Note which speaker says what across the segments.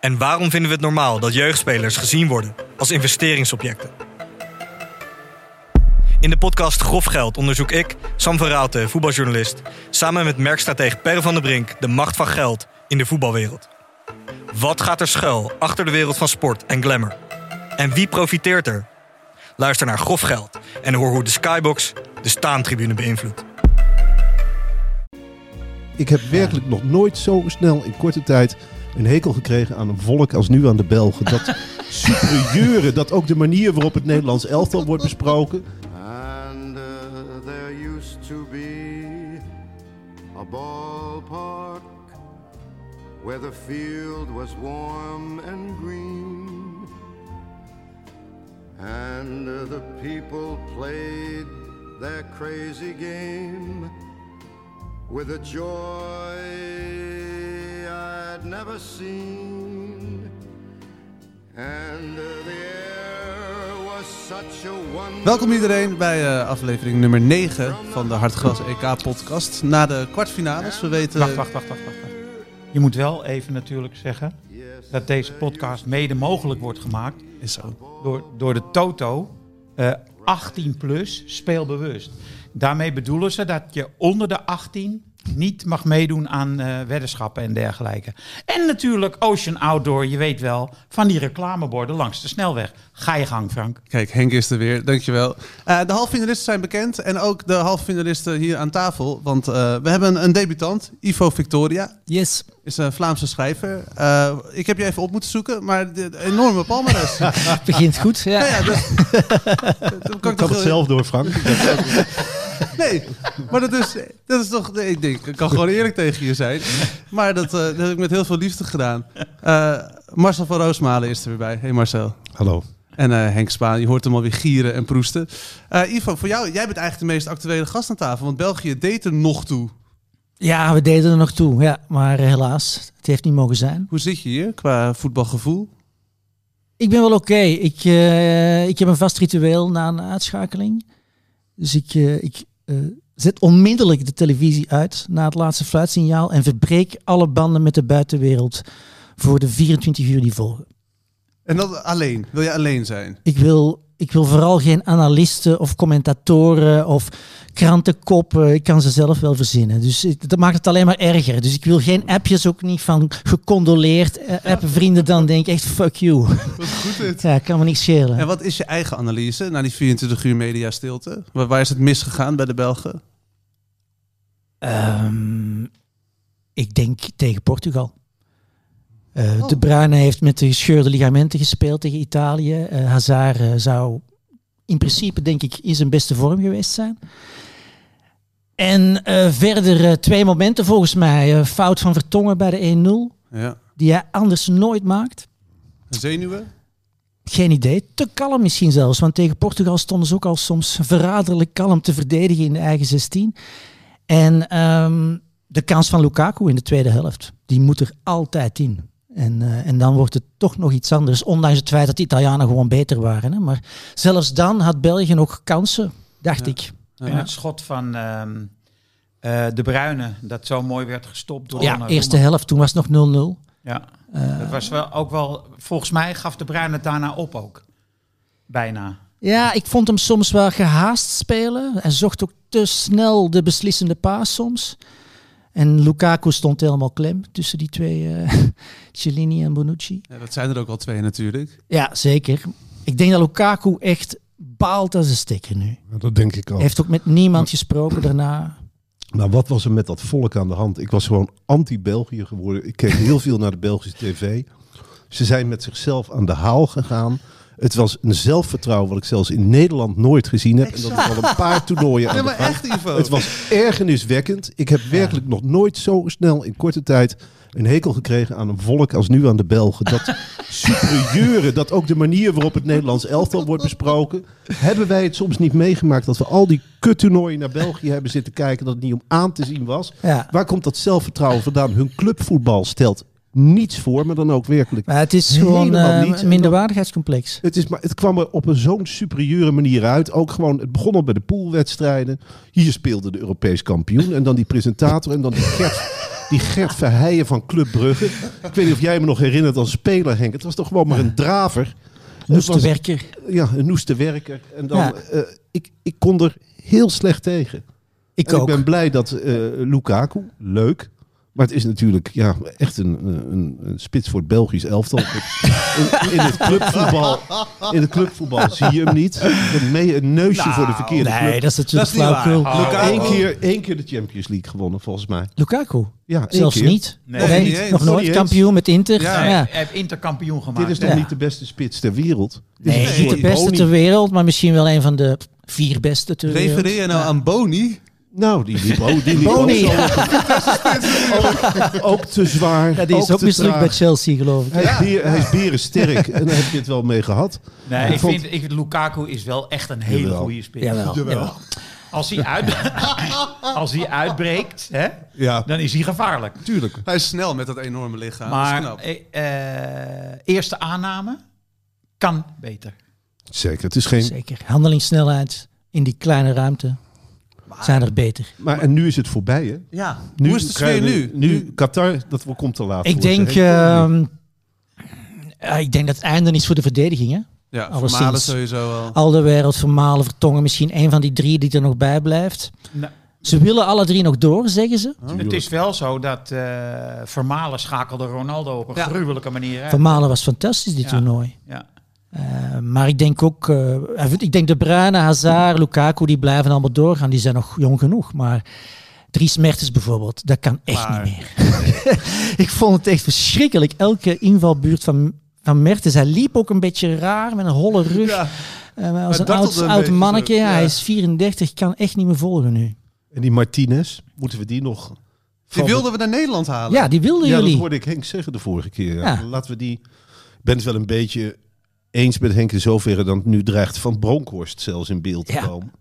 Speaker 1: En waarom vinden we het normaal dat jeugdspelers gezien worden als investeringsobjecten? In de podcast Grof Geld onderzoek ik, Sam van Raalte, voetbaljournalist, samen met merkstratege Per van der Brink de macht van geld in de voetbalwereld. Wat gaat er schuil achter de wereld van sport en glamour? En wie profiteert er? Luister naar Grof Geld en hoor hoe de Skybox de staantribune beïnvloedt.
Speaker 2: Ik heb werkelijk nog nooit zo snel in korte tijd een hekel gekregen aan een volk als nu aan de Belgen. Dat superieure, dat ook de manier waarop het Nederlands elftal wordt besproken.
Speaker 3: And uh, there used to be a ballpark where the field was warm and green. And uh, the people played their crazy game with a joy I'd never seen. And uh, the air was such a wonderful.
Speaker 4: Welkom iedereen bij eh, aflevering nummer 9 van de Hartgras EK-podcast. Na de kwartfinales, we weten...
Speaker 5: Wacht, wacht, wacht, wacht, wacht. wacht. Je moet wel even natuurlijk zeggen dat deze podcast mede mogelijk wordt gemaakt
Speaker 4: Is zo.
Speaker 5: door, door de Toto eh, 18 plus speelbewust. Daarmee bedoelen ze dat je onder de 18 niet mag meedoen aan eh, weddenschappen en dergelijke. En natuurlijk Ocean Outdoor, je weet wel, van die reclameborden langs de snelweg. Ga je gang, Frank.
Speaker 4: Kijk, Henk is er weer, dankjewel. Eh de halffinalisten zijn bekend en ook de halffinalisten hier aan tafel. Want eh, we hebben een debutant, Ivo Victoria.
Speaker 6: Yes.
Speaker 4: Is een Vlaamse schrijver. Eh, ik heb je even op moeten zoeken, maar de, de enorme palmares. ja,
Speaker 6: Het begint goed. Ja.
Speaker 4: ja, dat, dat kan ik
Speaker 2: Ik kan
Speaker 4: toch
Speaker 2: het
Speaker 4: heel-
Speaker 2: zelf door, Frank.
Speaker 4: Nee, maar dat is, dat is toch... nee, ik denk, ik kan gewoon eerlijk tegen je zijn. Maar dat, eh, dat heb ik met heel veel liefde gedaan. Eh, Marcel van Roosmalen is er weer bij. Hey Marcel.
Speaker 2: Hallo.
Speaker 4: En eh, Henk Spaan, je hoort hem alweer gieren en proesten. Eh, Ivo, voor jou, jij bent eigenlijk de meest actuele gast aan tafel. Want België deed er nog toe.
Speaker 6: ja, we deden er nog toe. Ja, maar helaas, het heeft niet mogen zijn.
Speaker 4: Hoe zit je hier qua voetbalgevoel?
Speaker 6: Ik ben wel oké. Ik, eh, ik heb een vast ritueel na een uitschakeling. Dus ik, eh, ik eh, zet onmiddellijk de televisie uit na het laatste fluitsignaal en verbreek alle banden met de buitenwereld voor de 24 uur die volgen.
Speaker 4: En dat alleen. Wil jij alleen zijn?
Speaker 6: Ik wil, ik wil vooral geen analisten of commentatoren of krantenkoppen. Ik kan ze zelf wel verzinnen. Dus ik- dat maakt het alleen maar erger. Dus ik wil geen appjes ook niet van gecondoleerd. eh, appen vrienden dan denk ik echt fuck you.
Speaker 4: Wat goed dit.
Speaker 6: Ja, kan me niet schelen.
Speaker 4: En wat is je eigen analyse na die 24 uur media stilte? Waar, waar is het misgegaan bij de Belgen?
Speaker 6: Ehm, ik denk tegen Portugal. Eh, De Bruyne heeft met de gescheurde ligamenten gespeeld tegen Italië. Eh, Hazard eh, zou in principe, denk ik, in zijn beste vorm geweest zijn. En eh, verder eh, twee momenten volgens mij. Eh, fout van Vertongen bij de 1-0,
Speaker 4: Ja.
Speaker 6: die hij anders nooit maakt.
Speaker 4: Zenuwen?
Speaker 6: Geen idee. Te kalm misschien zelfs. Want tegen Portugal stonden ze ook al soms verraderlijk kalm te verdedigen in de eigen 16. En ehm, de kans van Lukaku in de tweede helft. Die moet er altijd in. En, eh, en dan wordt het toch nog iets anders. Ondanks het feit dat de Italianen gewoon beter waren. Hè. Maar zelfs dan had België nog kansen, dacht
Speaker 4: Ja.
Speaker 6: ik.
Speaker 4: Ja.
Speaker 5: En het schot van ehm, eh, De Bruyne, dat zo mooi werd gestopt door
Speaker 6: ja,
Speaker 5: Donnarumma.
Speaker 6: eerste helft. Toen was het nog 0-0.
Speaker 5: Ja.
Speaker 6: Eh,
Speaker 5: Dat was wel ook wel, volgens mij gaf de Bruin het daarna op ook. Bijna.
Speaker 6: Ja, ik vond hem soms wel gehaast spelen. Hij zocht ook te snel de beslissende paas soms. En Lukaku stond helemaal klem tussen die twee, eh Cellini en Bonucci.
Speaker 4: Ja, dat zijn er ook al twee natuurlijk.
Speaker 6: Ja, zeker. Ik denk dat Lukaku echt baalt als een stekker nu. Hij
Speaker 2: Dat denk ik al.
Speaker 6: heeft ook met niemand gesproken daarna.
Speaker 2: Maar Nou, wat was er met dat volk aan de hand? Ik was gewoon anti-België geworden. Ik keek heel veel naar de Belgische tv. Ze zijn met zichzelf aan de haal gegaan. Het was een zelfvertrouwen wat ik zelfs in Nederland nooit gezien heb. En dat is al een paar toernooien aan
Speaker 4: Nee,
Speaker 2: de
Speaker 4: maar
Speaker 2: gang.
Speaker 4: echt, Ivo.
Speaker 2: Het was ergerniswekkend. Ik heb werkelijk nog nooit zo snel in korte tijd een hekel gekregen aan een volk als nu aan de Belgen. Dat superieure, dat ook de manier waarop het Nederlands elftal wordt besproken. Hebben wij het soms niet meegemaakt dat we al die kuttoernooien naar België hebben zitten kijken dat het niet om aan te zien was.
Speaker 6: Ja.
Speaker 2: Waar komt dat zelfvertrouwen vandaan? Hun clubvoetbal stelt niets voor, maar dan ook werkelijk.
Speaker 6: Maar het is gewoon
Speaker 2: Helemaal
Speaker 6: eh,
Speaker 2: niet. En dan-
Speaker 6: minderwaardigheidscomplex.
Speaker 2: Het, is maar, het kwam er op een zo'n superieure manier uit. Ook gewoon, het begon al bij de poolwedstrijden. Hier speelde de Europees kampioen. En dan die presentator. En dan die Gert, die Gert Verheijen van Club Brugge. Ik weet niet of jij me nog herinnert als speler, Henk. Het was toch gewoon maar een draver.
Speaker 6: Moest de
Speaker 2: was-
Speaker 6: werker.
Speaker 2: Ja, een noeste werker. En dan,
Speaker 6: Ja.
Speaker 2: eh, ik, ik kon er heel slecht tegen.
Speaker 6: Ik
Speaker 2: En
Speaker 6: ook.
Speaker 2: ik ben blij dat eh, Lukaku, leuk. Maar het is natuurlijk ja, echt een, eh, een, een spits voor het Belgisch elftal. In, in het clubvoetbal, in het clubvoetbal zie je hem niet. Een, mee, een neusje voor de verkeerde
Speaker 6: Nou, Nee,
Speaker 2: club.
Speaker 6: dat is natuurlijk
Speaker 4: Dat is niet waar.
Speaker 6: flauwkul.
Speaker 5: Oh.
Speaker 2: Eén keer, één keer de Champions League gewonnen, volgens mij.
Speaker 6: Lukaku,
Speaker 2: Ja, één
Speaker 6: zelfs
Speaker 2: keer.
Speaker 6: niet.
Speaker 5: Nee,
Speaker 6: Nog
Speaker 4: niet
Speaker 6: niet.
Speaker 4: eens.
Speaker 6: Nog
Speaker 2: Nog
Speaker 6: nooit
Speaker 2: niet eens.
Speaker 6: kampioen met Inter.
Speaker 4: Ja.
Speaker 6: Ja.
Speaker 5: Hij heeft interkampioen gemaakt.
Speaker 2: Dit is toch
Speaker 6: Ja.
Speaker 2: niet de beste spits ter wereld? Dit
Speaker 6: Nee,
Speaker 2: is
Speaker 6: niet de
Speaker 2: Boni.
Speaker 6: beste ter wereld, maar misschien wel een van de vier beste ter wereld.
Speaker 4: Refereer je nou aan Boni?
Speaker 2: Nou, die liep ook, die liep ook,
Speaker 6: Boni.
Speaker 2: zo op- ook te zwaar.
Speaker 6: Ja, die is ook
Speaker 2: te
Speaker 6: mislukt
Speaker 2: traag.
Speaker 6: bij Chelsea, geloof ik.
Speaker 2: Hij, is bier, hij is berensterk en daar heb je het wel mee gehad.
Speaker 5: Nee,
Speaker 2: Ik
Speaker 5: ik,
Speaker 2: vond-
Speaker 5: vind, ik, Lukaku is wel echt een hele
Speaker 2: Jawel.
Speaker 5: goede spits.
Speaker 6: Jawel. jawel.
Speaker 5: Als, hij uit, als hij uitbreekt, hè,
Speaker 2: Ja, Nou,
Speaker 5: dan is hij gevaarlijk.
Speaker 2: tuurlijk.
Speaker 4: Hij is snel met dat enorme lichaam.
Speaker 5: maar
Speaker 4: dat is knap.
Speaker 5: eh, eh, eerste aanname kan beter.
Speaker 2: Zeker, het is geen...
Speaker 6: Zeker. Handelingssnelheid in die kleine ruimte zijn er beter.
Speaker 2: Maar en nu is het voorbij, hè?
Speaker 4: Ja,
Speaker 2: Nu
Speaker 4: hoe is de sfeer nu?
Speaker 2: krijgen- Nu, Qatar, dat komt te laat.
Speaker 6: Ik
Speaker 2: voor ze,
Speaker 6: denk,
Speaker 2: hè?
Speaker 6: ehm, ja, ik denk dat het einde is voor de verdediging. Hè?
Speaker 4: Ja,
Speaker 6: Alleszins.
Speaker 4: Vermalen sowieso al.
Speaker 6: Al de wereld, Vermalen, Vertongen, misschien één van die drie die er nog bij blijft.
Speaker 5: Nou,
Speaker 6: Ze willen alle drie nog door, zeggen ze.
Speaker 5: het is wel zo dat eh, Vermalen schakelde Ronaldo op een
Speaker 4: Ja.
Speaker 5: gruwelijke manier uit.
Speaker 6: Vermalen was fantastisch, dit
Speaker 5: Ja.
Speaker 6: toernooi.
Speaker 5: Ja.
Speaker 6: Eh, maar ik denk ook, eh, ik denk De Bruyne, Hazard, Lukaku, die blijven allemaal doorgaan. Die zijn nog jong genoeg. Maar Dries Mertens bijvoorbeeld, dat kan echt
Speaker 4: Maar-
Speaker 6: niet meer. ik vond het echt verschrikkelijk. Elke invalbuurt van, van Mertens, hij liep ook een beetje raar met een holle rug.
Speaker 4: Ja.
Speaker 6: Eh, maar als
Speaker 4: Hij
Speaker 6: een oud,
Speaker 4: dartelde een
Speaker 6: oud
Speaker 4: beetje
Speaker 6: mannetje,
Speaker 4: zo,
Speaker 6: ja,
Speaker 4: ja.
Speaker 6: hij is 34, kan echt niet meer volgen nu.
Speaker 2: En die Martinez, moeten we die nog...
Speaker 4: Die
Speaker 2: van-
Speaker 4: wilden we naar Nederland halen.
Speaker 6: Ja, die wilden
Speaker 2: Ja, dat
Speaker 6: jullie.
Speaker 2: hoorde ik Henk zeggen de vorige keer.
Speaker 6: Ja.
Speaker 2: Laten we die... Ik ben het wel een beetje eens met Henk in zoverre... dan nu dreigt Van Bronkhorst zelfs in beeld te
Speaker 6: Ja.
Speaker 2: komen. Dus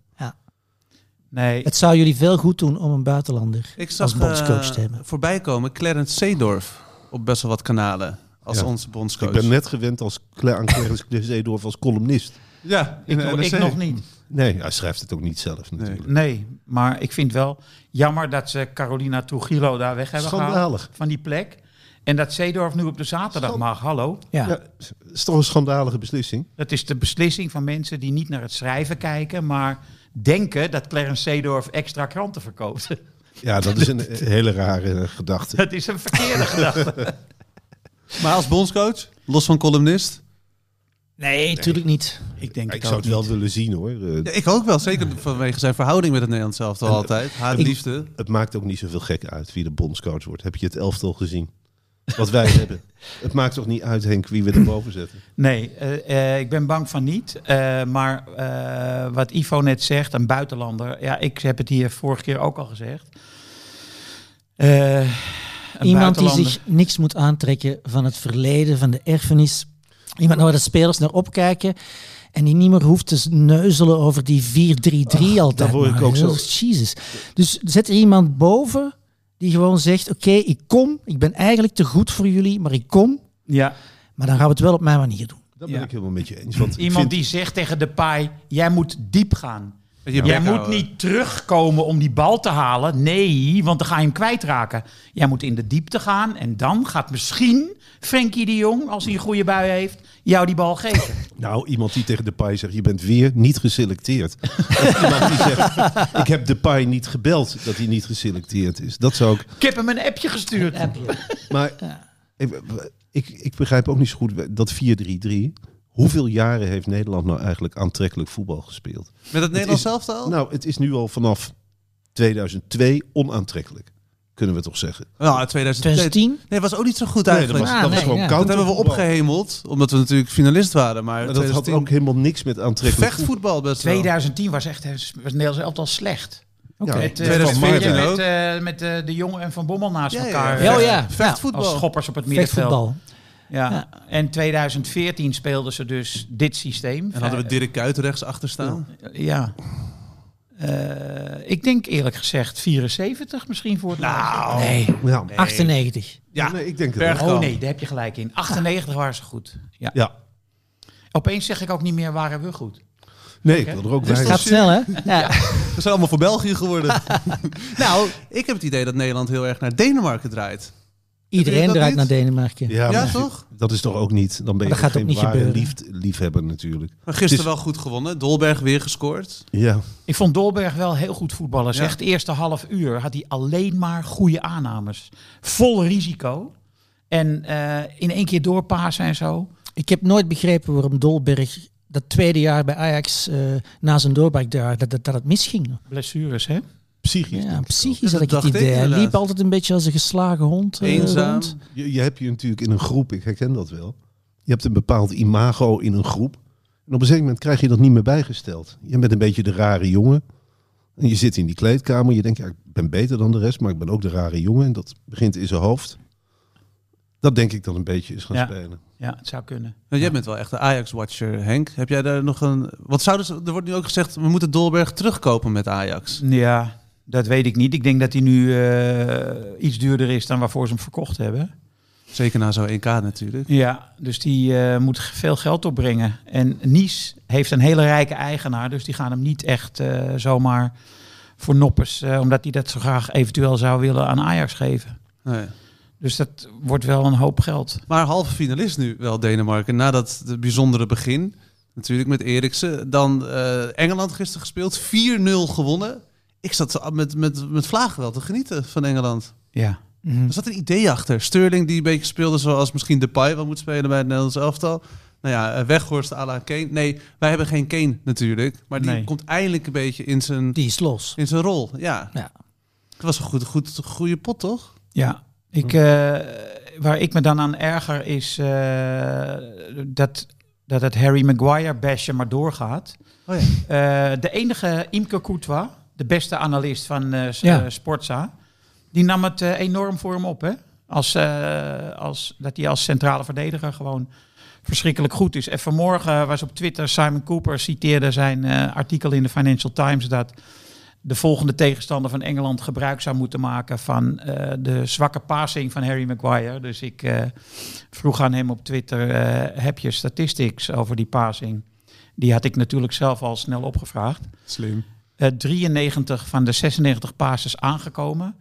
Speaker 5: Nee,
Speaker 6: Het zou jullie veel goed doen om een buitenlander
Speaker 4: Ik zag
Speaker 6: als bondscoach
Speaker 4: eh,
Speaker 6: te hebben.
Speaker 4: voorbij komen Clarence Seedorf op best wel wat kanalen als
Speaker 2: Ja.
Speaker 4: onze bondscoach.
Speaker 2: Ik ben net gewend als Cla- aan Clarence Zeedorf als columnist.
Speaker 4: Ja,
Speaker 5: ik,
Speaker 4: in
Speaker 5: nog-
Speaker 4: de
Speaker 5: ik
Speaker 4: NRC.
Speaker 5: nog niet.
Speaker 2: Nee, hij schrijft het ook niet zelf natuurlijk.
Speaker 5: Nee, maar ik vind wel jammer dat ze Carolina Trujillo daar weg hebben
Speaker 2: Schandalig.
Speaker 5: gehaald. Van die plek. En dat Zeedorf nu op de zaterdag
Speaker 2: Schand-
Speaker 5: mag. Hallo.
Speaker 6: Ja.
Speaker 2: Ja, het is toch een schandalige beslissing?
Speaker 5: Dat is de beslissing van mensen die niet naar het schrijven kijken, maar denken dat Clarence Seedorf extra kranten verkoopt.
Speaker 2: Ja, dat is een hele rare eh, gedachte.
Speaker 5: Dat is een verkeerde gedachte.
Speaker 4: Maar als bondscoach, los van columnist.
Speaker 6: Nee, natuurlijk niet.
Speaker 5: Ik denk
Speaker 2: Ik zou het wel willen zien hoor. Eh,
Speaker 4: Ja, ik ook wel, zeker vanwege zijn verhouding met het Nederlands elftal altijd. Haar liefde.
Speaker 2: Het maakt ook niet zoveel gek uit wie de bondscoach wordt. Heb je het elftal gezien? Wat wij hebben. Het maakt toch niet uit, Henk, wie we erboven zetten.
Speaker 5: Nee, eh, eh, ik ben bang van niet. Eh, maar eh, wat Ivo net zegt, een buitenlander. Ja, ik heb het hier vorige keer ook al gezegd. Eh, een
Speaker 6: Iemand die
Speaker 5: buitenlander.
Speaker 6: zich niks moet aantrekken van het verleden, van de erfenis. Iemand waar de spelers naar opkijken. En die niet meer hoeft te neuzelen over die 4-3-3 altijd.
Speaker 2: daar word ik
Speaker 6: maar.
Speaker 2: ook zo-
Speaker 6: Oh, Jezus. Dus zet er iemand boven die gewoon zegt... Oké, ik kom. Ik ben eigenlijk te goed voor jullie, maar ik kom.
Speaker 5: Ja,
Speaker 6: Maar dan gaan we het wel op mijn manier doen.
Speaker 2: Dat ben
Speaker 5: Ja.
Speaker 2: ik helemaal met je eens. Want ik
Speaker 5: iemand
Speaker 2: vind-
Speaker 5: die zegt tegen de paai, jij moet diep gaan.
Speaker 4: Met je
Speaker 5: Jij
Speaker 4: bek
Speaker 5: moet
Speaker 4: houden.
Speaker 5: niet terugkomen om die bal te halen. Nee, want dan ga je hem kwijtraken. Jij moet in de diepte gaan en dan gaat misschien Frenkie de Jong, als hij een goede bui heeft, jou die bal geven.
Speaker 2: Nou, iemand die tegen Depay zegt, je bent weer niet geselecteerd. Of iemand die zegt, ik heb Depay niet gebeld dat hij niet geselecteerd is. Dat zou ik...
Speaker 5: Ik heb hem een appje gestuurd.
Speaker 2: Maar ik, ik, ik begrijp ook niet zo goed dat 4-3-3... Hoeveel jaren heeft Nederland nou eigenlijk aantrekkelijk voetbal gespeeld?
Speaker 6: Oh.
Speaker 2: Nou,
Speaker 4: Met het Nederlands
Speaker 2: is-
Speaker 4: elftal?
Speaker 2: Nou, het is nu al vanaf 2002 onaantrekkelijk. kunnen we toch zeggen.
Speaker 4: Nou, 2010.
Speaker 6: 2010?
Speaker 4: Nee, was ook niet zo goed
Speaker 2: Nee, dat
Speaker 4: eigenlijk.
Speaker 2: was,
Speaker 6: Ah,
Speaker 2: dat was
Speaker 6: nee,
Speaker 2: gewoon
Speaker 6: ja.
Speaker 2: koud.
Speaker 4: dat hebben we opgehemeld, omdat we natuurlijk finalist waren.
Speaker 2: Maar
Speaker 4: Maar,
Speaker 2: dat had
Speaker 4: 2010
Speaker 2: ook helemaal niks met aantrekkelijk
Speaker 4: vechtvoetbal best wel.
Speaker 5: 2010 was echt was Nederlands elftal slecht.
Speaker 6: Oké.
Speaker 2: Ja.
Speaker 5: Met, eh,
Speaker 4: 2014
Speaker 5: met,
Speaker 4: Oh, ook.
Speaker 5: eh, met eh, de jongen en Van Bommel naast
Speaker 4: Ja, ja,
Speaker 5: elkaar.
Speaker 4: ja.
Speaker 5: eh,
Speaker 6: Oh ja,
Speaker 4: Vechtvoetbal.
Speaker 5: Als schoppers op het middenveld.
Speaker 6: vechtvoetbal.
Speaker 5: Ja. En 2014 speelden ze dus dit systeem.
Speaker 4: En hadden we Dirk Kuyt rechts achter staan.
Speaker 5: Ja. Eh, ik denk eerlijk gezegd 74 misschien voor het laatst.
Speaker 6: Nee,
Speaker 2: Ja,
Speaker 6: Ah, 98.
Speaker 4: Ja,
Speaker 2: Nee, ik denk dat
Speaker 4: Bergkamp.
Speaker 5: Oh nee, daar heb je gelijk in. 98 waren ze goed. Ja.
Speaker 2: Ja.
Speaker 5: Opeens zeg ik ook niet meer waren we goed.
Speaker 2: Nee, ik wil er ook bij.
Speaker 6: Gaat snel, hè? Ja.
Speaker 4: We zijn allemaal voor België geworden. nou, ik heb het idee dat Nederland heel erg naar Denemarken draait.
Speaker 6: Iedereen
Speaker 4: dat
Speaker 6: draait
Speaker 4: niet?
Speaker 6: naar Denemarken.
Speaker 2: Ja,
Speaker 4: ja,
Speaker 2: maar
Speaker 4: toch?
Speaker 2: Dat is toch ook niet. Dan ben je
Speaker 6: dat gaat
Speaker 2: geen
Speaker 6: ook niet
Speaker 2: ware
Speaker 6: gebeuren.
Speaker 2: lief- liefhebber natuurlijk.
Speaker 4: Maar gisteren
Speaker 2: Het
Speaker 4: wel goed gewonnen. Dolberg weer gescoord.
Speaker 2: Ja.
Speaker 5: Ik vond Dolberg wel heel goed voetballen.
Speaker 4: Ja.
Speaker 5: Zeg, de eerste half uur had hij alleen maar goede aannames. Vol risico. En eh, in één keer doorpassen en zo.
Speaker 6: Ik heb nooit begrepen waarom Dolberg dat tweede jaar bij Ajax eh, na zijn doorbraakjaar dat, dat, dat het misging.
Speaker 5: Blessures, hè?
Speaker 2: Psychisch.
Speaker 6: Ja,
Speaker 2: denk ik ook.
Speaker 4: Dat
Speaker 6: psychisch had ik het
Speaker 4: dacht ik
Speaker 6: idee. Hij liep
Speaker 4: inderdaad.
Speaker 6: altijd een beetje als een geslagen hond. eh,
Speaker 4: Eenzaam.
Speaker 6: rond.
Speaker 2: Je, je hebt je natuurlijk in een groep, ik herken dat wel. Je hebt een bepaald imago in een groep. En op een gegeven moment krijg je dat niet meer bijgesteld. Je bent een beetje de rare jongen. En je zit in die kleedkamer. Je denkt, ja, ik ben beter dan de rest, maar ik ben ook de rare jongen. En dat begint in zijn hoofd. Dat denk ik dan een beetje is gaan
Speaker 5: Ja.
Speaker 2: spelen.
Speaker 5: Ja, het zou kunnen.
Speaker 4: Nou, jij bent wel echt de Ajax-watcher, Henk. Heb jij daar nog een... Wat zouden ze... Er wordt nu ook gezegd, we moeten Dolberg terugkopen met Ajax.
Speaker 5: Ja, dat weet ik niet. Ik denk dat hij nu eh, iets duurder is dan waarvoor ze hem verkocht hebben.
Speaker 4: Zeker na zo'n 1K natuurlijk.
Speaker 5: Ja, dus die eh, moet g- veel geld opbrengen. En Nice heeft een hele rijke eigenaar, dus die gaan hem niet echt eh, zomaar voor noppers, eh, omdat hij dat zo graag eventueel zou willen aan Ajax geven.
Speaker 4: Nee.
Speaker 5: Dus dat wordt wel een hoop geld.
Speaker 4: Maar halve finalist nu wel Denemarken. Na dat de bijzondere begin, natuurlijk met Eriksen. Dan eh, Engeland gisteren gespeeld, 4-0 gewonnen. Ik zat met, met, met vlagen wel te genieten van Engeland.
Speaker 5: Ja.
Speaker 6: Mhm.
Speaker 4: Er zat een idee achter. Sterling die een beetje speelde zoals misschien Depay wel moet spelen bij het Nederlands elftal. Nou ja, eh, Weghorst à la Kane. Nee, wij hebben geen Kane natuurlijk. Maar die
Speaker 5: Nee.
Speaker 4: komt eindelijk een beetje in zijn,
Speaker 6: Die is los.
Speaker 4: in zijn rol. Ja.
Speaker 6: Ja.
Speaker 4: Het was een goed, goed, goede pot, toch?
Speaker 5: Ja, ik, eh, waar ik me dan aan erger is eh, dat, dat het Harry Maguire basje maar doorgaat.
Speaker 4: Oh
Speaker 5: Eh, de enige Imke Courtois, de beste analist van eh, S-
Speaker 6: Ja.
Speaker 5: eh, Sportza, die nam het eh, enorm voor hem op. Hè? Als, eh, als, dat hij als centrale verdediger gewoon verschrikkelijk goed is. En vanmorgen was op Twitter Simon Cooper citeerde zijn eh, artikel in de Financial Times dat de volgende tegenstander van Engeland gebruik zou moeten maken van eh, de zwakke passing van Harry Maguire. Dus ik eh, vroeg aan hem op Twitter, eh, heb je statistics over die passing? Die had ik natuurlijk zelf al snel opgevraagd.
Speaker 4: Slim.
Speaker 5: Eh, 93 van de 96 passes aangekomen.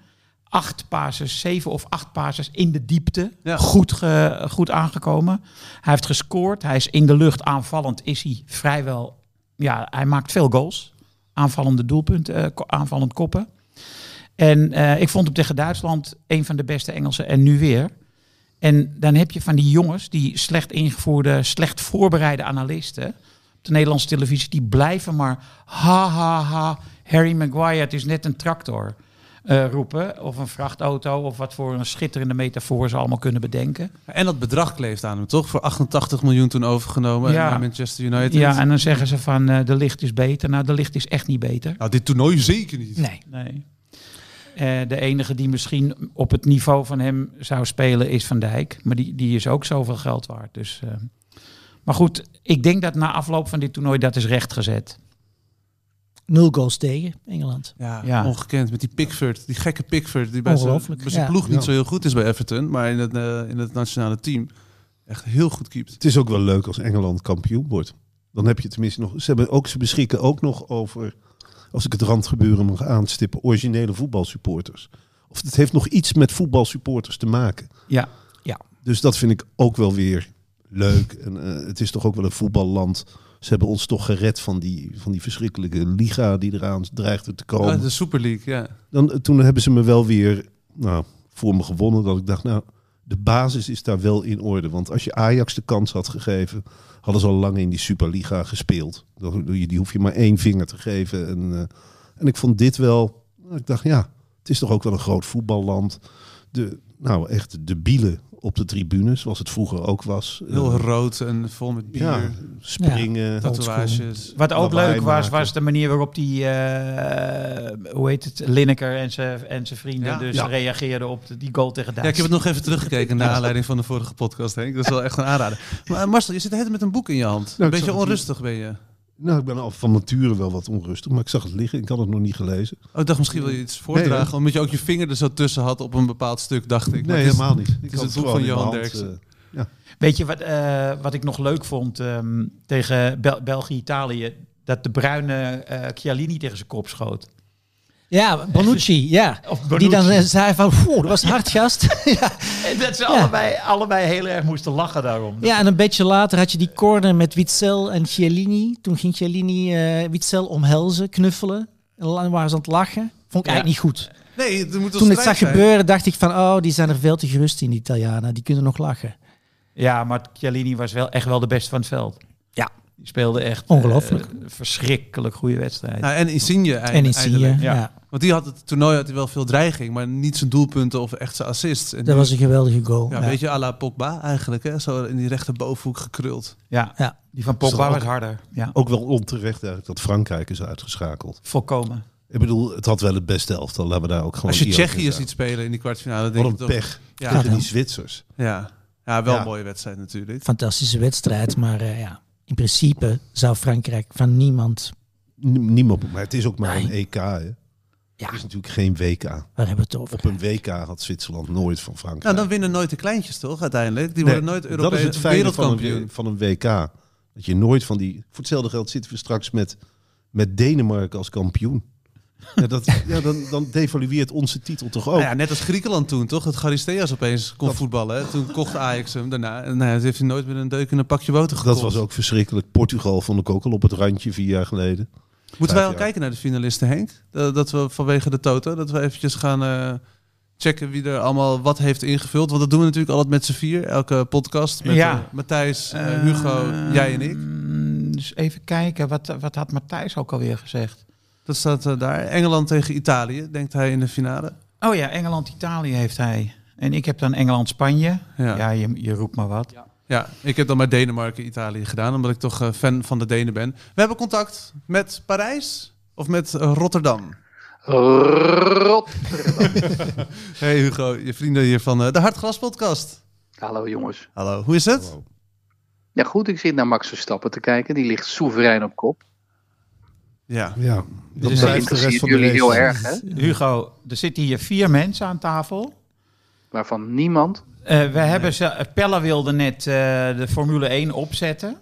Speaker 5: Acht passes, zeven of acht passes in de diepte.
Speaker 4: Ja.
Speaker 5: Goed, ge- goed aangekomen. Hij heeft gescoord. Hij is in de lucht aanvallend. Is hij vrijwel... Ja, hij maakt veel goals. Aanvallende doelpunten, eh, ko- aanvallend koppen. En eh, ik vond hem tegen Duitsland een van de beste Engelsen. En nu weer. En dan heb je van die jongens, die slecht ingevoerde, slecht voorbereide analisten op de Nederlandse televisie, die blijven maar ha ha ha, Harry Maguire, het is net een tractor eh, roepen. Of een vrachtauto, of wat voor een schitterende metafoor ze allemaal kunnen bedenken.
Speaker 4: En dat bedrag kleeft aan hem, toch? Voor 88 miljoen toen overgenomen
Speaker 5: Ja.
Speaker 4: naar Manchester United.
Speaker 5: Ja, en dan zeggen ze van eh, de licht is beter. Nou, de licht is echt niet beter.
Speaker 4: Nou, dit toernooi zeker niet.
Speaker 6: Nee.
Speaker 5: Nee. Eh, de enige die misschien op het niveau van hem zou spelen is Van Dijk. Maar die, die is ook zoveel geld waard. Dus, eh, Maar goed, ik denk dat na afloop van dit toernooi dat is rechtgezet.
Speaker 6: Nul goals tegen Engeland.
Speaker 4: Ja,
Speaker 5: Ja.
Speaker 4: ongekend. Met die Pickford, die gekke Pickford, die bij zijn,
Speaker 6: Ongelooflijk,
Speaker 4: bij zijn
Speaker 6: ja.
Speaker 4: ploeg niet
Speaker 2: Ja.
Speaker 4: zo heel goed is bij Everton, maar in het, eh, in het nationale team echt heel goed keept.
Speaker 2: Het is ook wel leuk als Engeland kampioen wordt. Dan heb je tenminste nog. Ze, hebben ook, ze beschikken ook nog over, als ik het randgebeuren mag aanstippen, originele voetbalsupporters. Of het heeft nog iets met voetbalsupporters te maken.
Speaker 5: Ja.
Speaker 2: Dus dat vind ik ook wel weer leuk. En, eh, het is toch ook wel een voetballand. Ze hebben ons toch gered van die, van die verschrikkelijke liga die eraan dreigde te komen.
Speaker 4: Ja, Ah, de Super League, ja.
Speaker 2: Dan, eh, toen hebben ze me wel weer nou, voor me gewonnen. Dat ik dacht, nou, de basis is daar wel in orde. Want als je Ajax de kans had gegeven, hadden ze al lang in die Superliga gespeeld. Dat, die hoef je maar één vinger te geven. En, eh, en ik vond dit wel, nou, ik dacht, ja, Het is toch ook wel een groot voetballand. De, nou, echt de bielen op de tribunes, zoals het vroeger ook was.
Speaker 4: Heel
Speaker 2: Eh,
Speaker 4: rood en vol met bier,
Speaker 2: ja, springen.
Speaker 4: tatoeages.
Speaker 5: Wat ook
Speaker 2: Lawaai
Speaker 5: leuk was,
Speaker 2: maken.
Speaker 5: was de manier waarop die, eh, hoe heet het, Lineker en zijn en zijn vrienden
Speaker 4: Ja.
Speaker 5: dus
Speaker 2: Ja.
Speaker 5: reageerden op de- die goal tegen
Speaker 4: Ja, ik
Speaker 5: Duitsland.
Speaker 4: heb het nog even teruggekeken naar aanleiding van de vorige podcast, Henk. Dat is wel echt een aanrader. Maar eh, Marcel, je zit de hele tijd met een boek in je hand.
Speaker 2: ik
Speaker 4: een beetje
Speaker 2: zag het hier.
Speaker 4: onrustig ben je.
Speaker 2: Nou, ik ben al van nature wel wat onrustig, maar ik zag het liggen. Ik had het nog niet gelezen.
Speaker 4: Oh, ik dacht misschien wil je iets
Speaker 2: Nee,
Speaker 4: voordragen.
Speaker 2: hoor.
Speaker 4: omdat je ook je vinger er zo tussen had op een bepaald stuk, dacht ik. Maar
Speaker 2: nee,
Speaker 4: het is-
Speaker 2: helemaal niet. Ik
Speaker 4: is
Speaker 2: had
Speaker 4: het boek
Speaker 2: gewoon
Speaker 4: van
Speaker 2: in mijn
Speaker 4: Johan
Speaker 2: hand,
Speaker 4: Derksen.
Speaker 2: eh,
Speaker 5: Weet je wat, eh, wat ik nog leuk vond ehm, tegen Bel- België-Italië? Dat de bruine eh Chialini tegen zijn kop schoot.
Speaker 6: Ja, Bonucci, ja.
Speaker 5: Of
Speaker 6: Die dan eh,
Speaker 5: Bonucci.
Speaker 6: zei van, "Oeh, dat was een hard gast. ja.
Speaker 5: Dat ze allebei, allebei heel erg moesten lachen daarom.
Speaker 6: ja, en een beetje later had je die corner met Witzel en Chiellini. Toen ging Chiellini eh, Witzel omhelzen, knuffelen. En dan waren ze aan het lachen. Vond ik
Speaker 5: Ja.
Speaker 6: eigenlijk niet goed.
Speaker 4: Nee, er moet wel
Speaker 6: Toen het
Speaker 4: strijd
Speaker 6: zag
Speaker 4: zijn.
Speaker 6: gebeuren, dacht ik van, oh, die zijn er veel te gerust in, die Italianen. Die kunnen nog lachen.
Speaker 5: Ja, maar Chialini was wel echt wel de beste van het veld.
Speaker 6: Ja.
Speaker 5: Die speelde echt
Speaker 6: Ongelooflijk.
Speaker 5: eh, een verschrikkelijk goede wedstrijd.
Speaker 4: Nou, en Insigne eind-
Speaker 6: en in Sier,
Speaker 4: eindelijk.
Speaker 6: ja.
Speaker 5: Ja.
Speaker 4: Want die had het toernooi had hij wel veel dreiging, maar niet zijn doelpunten of echt zijn assists. En
Speaker 6: Dat
Speaker 4: nu-
Speaker 6: was een geweldige goal.
Speaker 4: ja,
Speaker 6: Ja.
Speaker 4: Beetje à la Pogba eigenlijk, hè? zo in die rechterbovenhoek gekruld.
Speaker 5: ja.
Speaker 6: Ja.
Speaker 5: die van Pogba
Speaker 2: Zal
Speaker 5: was harder. Ja,
Speaker 2: Ook wel onterecht eigenlijk dat Frankrijk is uitgeschakeld.
Speaker 5: volkomen.
Speaker 2: Ik bedoel, het had wel het beste elftal. Laten we daar ook gewoon
Speaker 4: Als je
Speaker 2: eerlijk in
Speaker 4: Tsjechië
Speaker 2: zijn.
Speaker 4: ziet spelen in die kwartfinale,
Speaker 2: Wat
Speaker 4: dan denk
Speaker 2: een
Speaker 4: ik toch...
Speaker 2: pech
Speaker 4: Ja,
Speaker 6: Gaat
Speaker 2: tegen
Speaker 6: hem.
Speaker 2: die Zwitsers.
Speaker 4: ja. ja, wel
Speaker 2: Ja.
Speaker 4: een mooie wedstrijd natuurlijk.
Speaker 6: Fantastische wedstrijd, maar eh, ja, in principe zou Frankrijk van niemand...
Speaker 2: N- niemand. Maar het is ook maar een
Speaker 6: Nee.
Speaker 2: EK. Hè.
Speaker 6: Ja,
Speaker 2: Het is natuurlijk geen WK.
Speaker 6: waar hebben we het over?
Speaker 2: Op een WK had Zwitserland nooit van Frankrijk.
Speaker 4: Nou, dan winnen nooit de kleintjes toch uiteindelijk?
Speaker 2: Nee,
Speaker 4: Die worden nooit
Speaker 2: dat is
Speaker 4: Europees
Speaker 2: het fijne van
Speaker 4: wereldkampioen.
Speaker 2: een, van een WK. Dat je nooit van die... Voor hetzelfde geld zitten we straks met, met Denemarken als kampioen. Ja, dat, ja, dan, dan devalueert onze titel toch ook.
Speaker 4: Nou ja, net als Griekenland toen toch, dat Charisteas opeens kon
Speaker 2: Dat-
Speaker 4: voetballen. Hè? Toen kocht Ajax hem daarna. En nou, ja, dat heeft hij nooit met een deuk in een pakje boter gekocht.
Speaker 2: dat was ook verschrikkelijk. Portugal vond ik ook al op het randje vier jaar geleden.
Speaker 4: Moeten wij
Speaker 2: Vijf
Speaker 4: al
Speaker 2: jaar.
Speaker 4: kijken naar de finalisten, Henk? Dat, dat we vanwege de toto, dat we eventjes gaan eh, checken wie er allemaal wat heeft ingevuld. Want dat doen we natuurlijk altijd met z'n vier, elke podcast. Met
Speaker 5: Ja.
Speaker 4: eh, Matthijs, eh, Hugo, jij en ik.
Speaker 5: Ehm, Dus even kijken, wat, wat had Matthijs ook alweer gezegd?
Speaker 4: Dat staat eh, daar. Engeland tegen Italië, denkt hij in de finale.
Speaker 5: Oh ja, Engeland-Italië heeft hij. En ik heb dan Engeland-Spanje.
Speaker 4: Ja.
Speaker 5: Ja,
Speaker 4: Ja.
Speaker 5: je, je roept maar wat.
Speaker 4: ik heb dan maar Denemarken, Italië gedaan, omdat ik toch eh, fan van de Denen ben. We hebben contact met Parijs of met eh, Rotterdam.
Speaker 7: Rot.
Speaker 4: Hey Hugo, je vrienden hier van eh, de Hartgras podcast.
Speaker 7: Hallo jongens.
Speaker 4: Hallo, hoe is het?
Speaker 7: Ja goed, ik zit naar Max Verstappen te kijken. Die ligt soeverein op kop.
Speaker 4: Ja.
Speaker 2: Ja, dat
Speaker 5: is-
Speaker 7: Dat
Speaker 2: blijft de rest
Speaker 7: interesseert
Speaker 2: van de
Speaker 7: Dus jullie
Speaker 2: race.
Speaker 7: heel erg, hè?
Speaker 5: Hugo, er zitten hier vier mensen aan tafel.
Speaker 7: Waarvan niemand.
Speaker 5: Eh, we hebben ze, Pelle wilde net eh, de Formule 1 opzetten.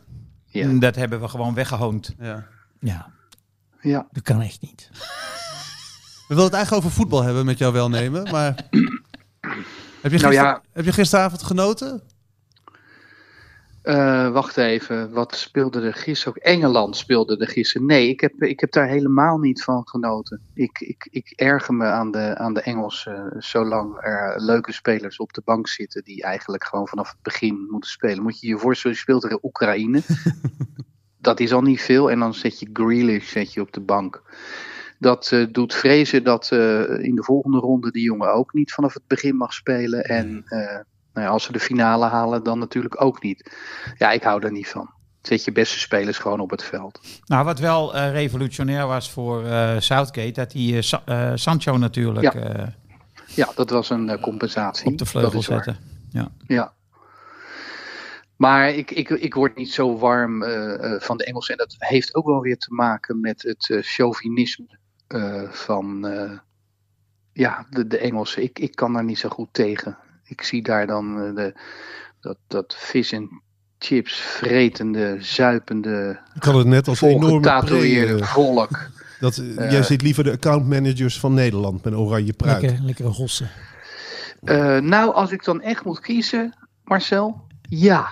Speaker 7: Ja.
Speaker 5: En dat hebben we gewoon weggehoond.
Speaker 4: ja.
Speaker 6: Ja,
Speaker 7: ja.
Speaker 6: dat kan echt niet.
Speaker 4: We wilden het eigenlijk over voetbal hebben met jouw welnemen, maar... heb, je gister-
Speaker 7: Nou ja.
Speaker 4: heb je gisteravond genoten?
Speaker 7: Eh, wacht even, wat speelde er gisteren? Ook Engeland speelde er gisteren. Nee, ik heb, ik heb daar helemaal niet van genoten. Ik, ik, ik erger me aan de, aan de Engelsen. Zolang er leuke spelers op de bank zitten die eigenlijk gewoon vanaf het begin moeten spelen. Moet je je voorstellen, je speelt tegen Oekraïne. dat is al niet veel. En dan zet je Grealish zet je op de bank. Dat eh, doet vrezen dat eh, in de volgende ronde die jongen ook niet vanaf het begin mag spelen. En eh, nou ja, als ze de finale halen, dan natuurlijk ook niet. Ja, ik hou daar niet van. Zet je beste spelers gewoon op het veld.
Speaker 5: Nou, wat wel eh, revolutionair was voor eh, Southgate, dat hij eh, Sa- eh, Sancho natuurlijk
Speaker 7: Ja.
Speaker 5: eh,
Speaker 7: Ja, dat was een eh, compensatie.
Speaker 5: op de vleugel
Speaker 7: Dat is waar.
Speaker 5: zette.
Speaker 7: Ja. Maar ik, ik, ik word niet zo warm eh, eh, van de Engelsen. En dat heeft ook wel weer te maken met het eh, chauvinisme eh, van eh, ja, de, de Engelsen. Ik, ik kan daar niet zo goed tegen. Ik zie daar dan eh, de, dat, dat vis en chips vretende, zuipende,
Speaker 2: Ik kan het net als een enorme pre... eh,
Speaker 7: volgetatoeëerde volk.
Speaker 2: dat,
Speaker 7: Ja.
Speaker 2: Jij zit liever de accountmanagers van Nederland met oranje pruik.
Speaker 6: Lekker, lekkere hossen.
Speaker 7: Eh, nou, als ik dan echt moet kiezen, Marcel, ja.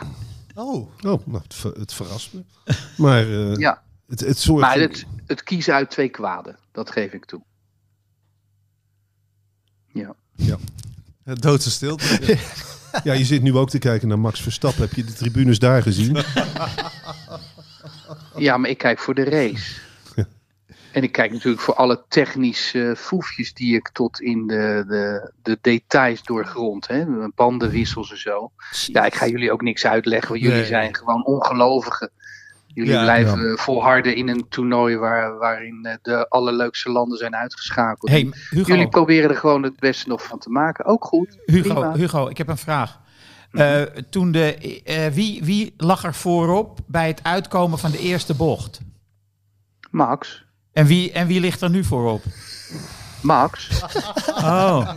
Speaker 4: Oh.
Speaker 2: Oh, nou, het, ver- het verrast me. Maar eh,
Speaker 7: Ja.
Speaker 2: het, het soort...
Speaker 7: Maar het, het kiezen uit twee kwaden, dat geef ik toe. Ja.
Speaker 4: Doodse stilte.
Speaker 2: Ja, je zit nu ook te kijken naar Max Verstappen. Heb je de tribunes daar gezien?
Speaker 7: ja, maar ik kijk voor de race. En ik kijk natuurlijk voor alle technische foefjes die ik tot in de, de, de details doorgrond. Hè? Bandenwissels en zo. Ja, ik ga jullie ook niks uitleggen. Want jullie
Speaker 4: Nee.
Speaker 7: zijn gewoon ongelovigen. Jullie
Speaker 4: Ja,
Speaker 7: blijven volharden in een toernooi waar, waarin eh, de allerleukste landen zijn uitgeschakeld.
Speaker 5: Hey, Hugo.
Speaker 7: Jullie proberen er gewoon het beste nog van te maken. Ook goed.
Speaker 5: Hugo,
Speaker 7: Prima. Mhm.
Speaker 5: Hugo, ik heb een vraag. Eh, toen de, eh, wie, wie lag er voorop bij het uitkomen van de eerste bocht?
Speaker 7: Max.
Speaker 5: En wie, en wie ligt er nu voorop?
Speaker 7: Max.
Speaker 5: Oh.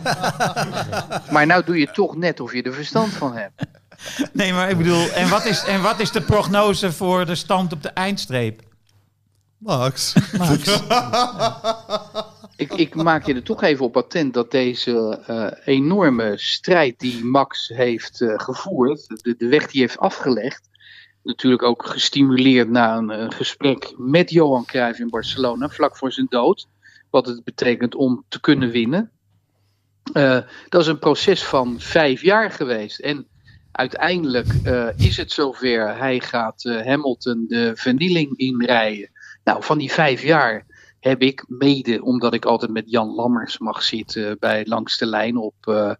Speaker 7: Maar nou doe je toch net of je er verstand van hebt.
Speaker 5: Nee, maar ik bedoel, en wat, is, en wat is de prognose voor de stand op de eindstreep?
Speaker 4: Max.
Speaker 7: Ik, ik maak je er toch even op attent dat deze eh, enorme strijd die Max heeft eh, gevoerd, de, de weg die hij heeft afgelegd, natuurlijk ook gestimuleerd na een eh, gesprek met Johan Cruijff in Barcelona, vlak voor zijn dood, wat het betekent om te kunnen winnen. Eh, dat is een proces van vijf jaar geweest. En uiteindelijk eh, is het zover. Hij gaat eh, Hamilton de vernieling inrijden. Nou, van die vijf jaar heb ik mede, omdat ik altijd met Jan Lammers mag zitten bij Langs de Lijn op, eh,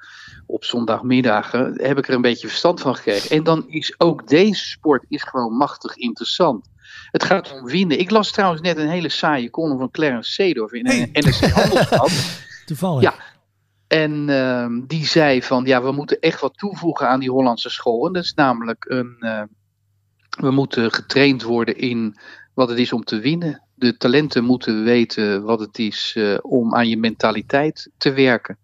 Speaker 7: op zondagmiddagen, heb ik er een beetje verstand van gekregen. En dan is ook deze sport is gewoon machtig interessant. Het gaat om winnen. Ik las trouwens net een hele saaie column van Clarence Seedorf in een NSC Handelsblad.
Speaker 6: Toevallig.
Speaker 7: Ja. En ehm, die zei van ja, we moeten echt wat toevoegen aan die Hollandse school. En dat is namelijk een. eh, we moeten getraind worden in wat het is om te winnen. De talenten moeten weten wat het is eh, om aan je mentaliteit te werken.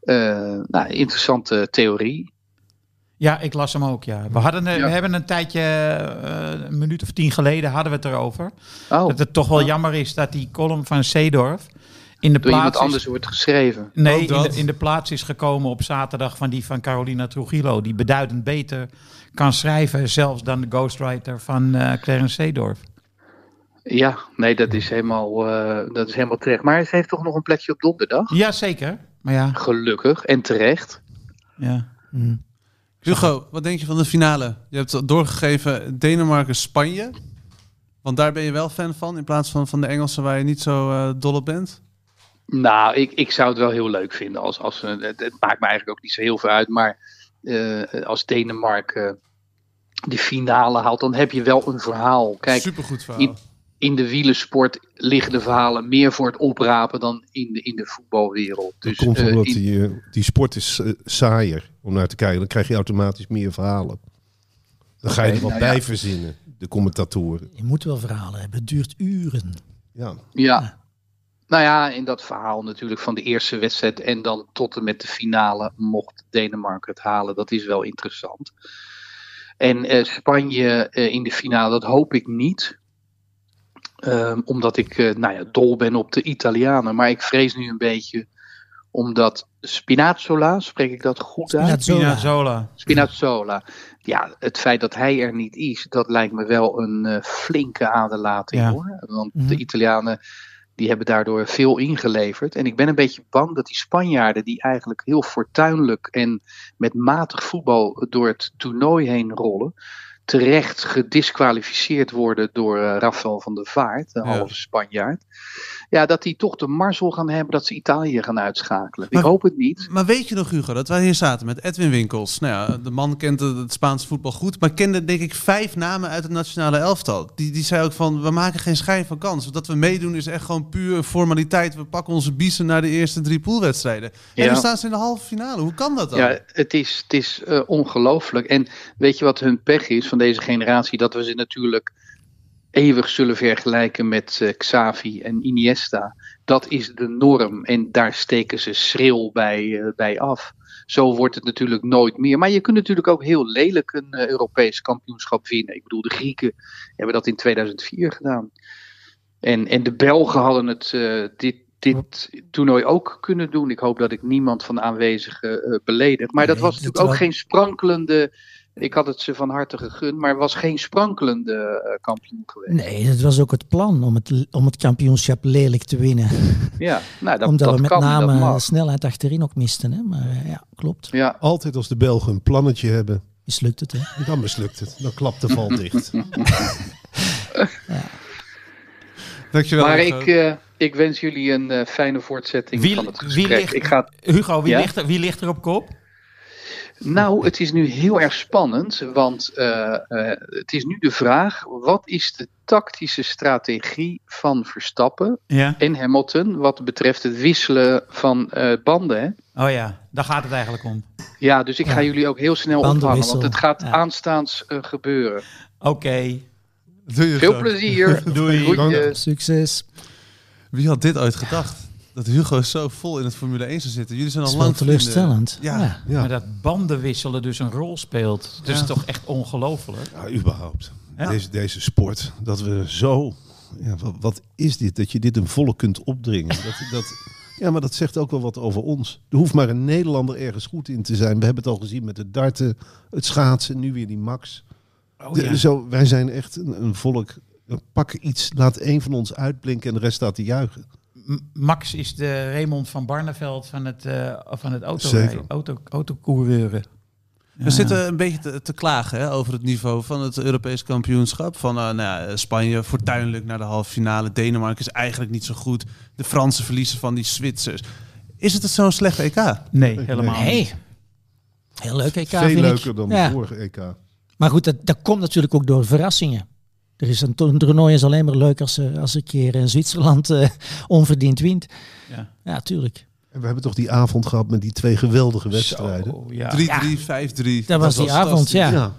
Speaker 7: Eh, nou, interessante theorie.
Speaker 5: Ja, ik las hem ook, ja. We, hadden, eh,
Speaker 7: Ja.
Speaker 5: we hebben een tijdje, eh, een minuut of tien geleden hadden we het erover.
Speaker 7: Oh,
Speaker 5: Dat het toch wel jammer is dat die column van Seedorf in de
Speaker 7: door iemand
Speaker 5: plaats is
Speaker 7: anders wordt geschreven.
Speaker 4: Ook
Speaker 5: Nee, in de,
Speaker 4: Oh, dat.
Speaker 5: in de plaats is gekomen op zaterdag van die van Carolina Trujillo. Die beduidend beter kan schrijven zelfs dan de ghostwriter van eh Clarence Seedorf.
Speaker 7: Ja, nee, dat is, helemaal, eh, dat is helemaal terecht. Maar ze heeft toch nog een plekje op donderdag?
Speaker 5: Jazeker. Maar ja,
Speaker 7: Gelukkig en terecht.
Speaker 5: ja.
Speaker 4: Hugo, wat denk je van de finale? Je hebt doorgegeven Denemarken-Spanje. Want daar ben je wel fan van, in plaats van van de Engelsen waar je niet zo eh, dol op bent.
Speaker 7: Nou, ik, ik zou het wel heel leuk vinden. Als, als, ze- het, het maakt me eigenlijk ook niet zo heel veel uit. Maar eh, als Denemarken eh, de finale haalt, dan heb je wel een verhaal. Kijk,
Speaker 4: Supergoed verhaal.
Speaker 7: in, in de wielersport liggen de verhalen meer voor het oprapen dan in de, in de voetbalwereld. Dus,
Speaker 2: dat komt
Speaker 7: eh,
Speaker 2: omdat
Speaker 7: in-
Speaker 2: die, eh, die sport is eh, saaier om naar te kijken. Dan krijg je automatisch meer verhalen. Dan ga je er wat
Speaker 7: nou
Speaker 2: bij verzinnen, de commentatoren.
Speaker 6: Je moet wel verhalen hebben. Het duurt uren.
Speaker 2: Ja.
Speaker 7: Ja. Nou ja, in dat verhaal natuurlijk van de eerste wedstrijd en dan tot en met de finale mocht Denemarken het halen. Dat is wel interessant. En eh, Spanje eh, in de finale, dat hoop ik niet. Ehm, omdat ik eh, nou ja, dol ben op de Italianen. Maar ik vrees nu een beetje omdat Spinazzola, spreek ik dat goed uit?
Speaker 6: Spinazzola.
Speaker 5: Zola.
Speaker 7: Spinazzola. Ja, het feit dat hij er niet is, dat lijkt me wel een eh, flinke aderlating
Speaker 5: Ja.
Speaker 7: hoor. Want
Speaker 6: Mhm.
Speaker 7: de Italianen die hebben daardoor veel ingeleverd. En ik ben een beetje bang dat die Spanjaarden, die eigenlijk heel fortuinlijk en met matig voetbal door het toernooi heen rollen, terecht gedisqualificeerd worden door eh, Rafael van der Vaart, de
Speaker 4: Ja.
Speaker 7: halve Spanjaard. Ja, dat die toch de marzel gaan hebben dat ze Italië gaan uitschakelen.
Speaker 4: Maar-
Speaker 7: ik hoop het niet.
Speaker 4: Maar weet je nog, Hugo, dat wij hier zaten met Edwin Winkels. Nou ja, de man kent het, het Spaanse voetbal goed, maar kende denk ik vijf namen uit het nationale elftal. Die, die zei ook van, we maken geen schijn van kans. Dat we meedoen is echt gewoon puur een formaliteit. We pakken onze biezen naar de eerste drie poolwedstrijden. En
Speaker 7: Ja.
Speaker 4: dan staan ze in de halve finale. Hoe kan dat dan?
Speaker 7: Ja, het is, het is eh, ongelooflijk. En weet je wat hun pech is van deze generatie? Dat we ze natuurlijk eeuwig zullen vergelijken met eh, Xavi en Iniesta. Dat is de norm en daar steken ze schril bij, eh, bij af. Zo wordt het natuurlijk nooit meer. Maar je kunt natuurlijk ook heel lelijk een eh, Europees kampioenschap winnen. Ik bedoel, de Grieken hebben dat in 2004 gedaan. En, en de Belgen hadden het eh, dit, dit toernooi ook kunnen doen. Ik hoop dat ik niemand van de aanwezigen eh, beledig. Maar dat
Speaker 6: Nee,
Speaker 7: was
Speaker 6: dat
Speaker 7: natuurlijk ook
Speaker 6: wel.
Speaker 7: geen sprankelende. Ik had het ze van harte gegund, maar was geen sprankelende eh, kampioen geweest.
Speaker 6: Nee, dat was ook het plan om het, om het kampioenschap lelijk te winnen.
Speaker 7: Ja, nou, dat,
Speaker 6: Hm. Omdat
Speaker 7: dat
Speaker 6: we met
Speaker 7: kan, dat
Speaker 6: name
Speaker 7: mag.
Speaker 6: snelheid achterin ook misten. Hè? Maar eh, ja, klopt.
Speaker 7: Ja,
Speaker 2: Altijd als de Belgen een plannetje hebben,
Speaker 6: Mislukt het, hè?
Speaker 2: dan mislukt het. Dan klapt de val dicht.
Speaker 4: Dankjewel.
Speaker 7: Maar
Speaker 4: Hugo.
Speaker 7: ik, eh, ik wens jullie een eh, fijne voortzetting
Speaker 5: Wie-
Speaker 7: van het
Speaker 5: wie
Speaker 7: gesprek.
Speaker 5: ligt-
Speaker 7: ik ga,
Speaker 5: Hugo, wie,
Speaker 7: Ja?
Speaker 5: ligt er, wie ligt er op kop?
Speaker 7: nou, het is nu heel erg spannend, want eh, eh, het is nu de vraag: wat is de tactische strategie van Verstappen
Speaker 5: Ja.
Speaker 7: en Hamilton wat betreft het wisselen van eh, banden? Hè?
Speaker 5: Oh ja, daar gaat het eigenlijk om.
Speaker 7: Ja, dus ik ga
Speaker 6: Ja.
Speaker 7: jullie ook heel snel opvangen,
Speaker 6: Bandenwissel.
Speaker 7: want het gaat
Speaker 6: Ja.
Speaker 7: aanstaans eh, gebeuren.
Speaker 5: Oké.
Speaker 4: Doe je
Speaker 7: Veel
Speaker 4: zo.
Speaker 7: plezier.
Speaker 5: Doei.
Speaker 7: Groetjes.
Speaker 6: Succes.
Speaker 4: Wie had dit ooit gedacht? Dat Hugo zo vol in het Formule 1 zou zitten. Jullie zijn
Speaker 6: Dat
Speaker 4: al
Speaker 6: is wel
Speaker 4: lang vrienden.
Speaker 6: teleurstellend.
Speaker 4: Ja.
Speaker 2: Ja.
Speaker 5: Maar dat banden wisselen dus een rol speelt. Dat is
Speaker 4: Ja.
Speaker 5: toch echt ongelooflijk.
Speaker 2: Ja, Nou, überhaupt.
Speaker 5: Ja.
Speaker 2: Deze, deze sport, dat we zo... Ja, wat, wat is dit? Dat je dit een volk kunt opdringen. Dat, dat, ja, maar dat zegt ook wel wat over ons. Er hoeft maar een Nederlander ergens goed in te zijn. We hebben het al gezien met de darten, het schaatsen, nu weer die Max.
Speaker 5: Oh,
Speaker 2: De- zo, wij zijn echt een, een volk. Pak iets, laat één van ons uitblinken en de rest staat te juichen.
Speaker 5: M- Max is de Raymond van Barneveld van het, eh van het auto,
Speaker 2: Zeker.
Speaker 5: auto, autocoureuren.
Speaker 4: We zitten een beetje te, te klagen hè, over het niveau van het Europees kampioenschap. Van eh, nou ja, Spanje fortuinlijk naar de halve finale. Denemarken is eigenlijk niet zo goed. De Fransen verliezen van die Zwitsers. Is het zo'n slecht EK?
Speaker 5: Nee, helemaal
Speaker 2: Nee.
Speaker 5: niet.
Speaker 6: Hey. Heel leuk EK
Speaker 2: Veel
Speaker 6: E vind ik.
Speaker 2: leuker dan
Speaker 6: Ja.
Speaker 2: de vorige E EK.
Speaker 6: Maar goed, dat, dat komt natuurlijk ook door verrassingen. Er is een, to- een toernooi is alleen maar leuk als, eh, als een keer eh, Zwitserland eh, onverdiend wint.
Speaker 5: Ja.
Speaker 6: Ja, tuurlijk.
Speaker 2: En we hebben toch die avond gehad met die twee geweldige wedstrijden.
Speaker 5: Zo, ja.
Speaker 4: 3-3, 5-3.
Speaker 6: Dat was die avond,
Speaker 4: fantastisch.
Speaker 6: ja.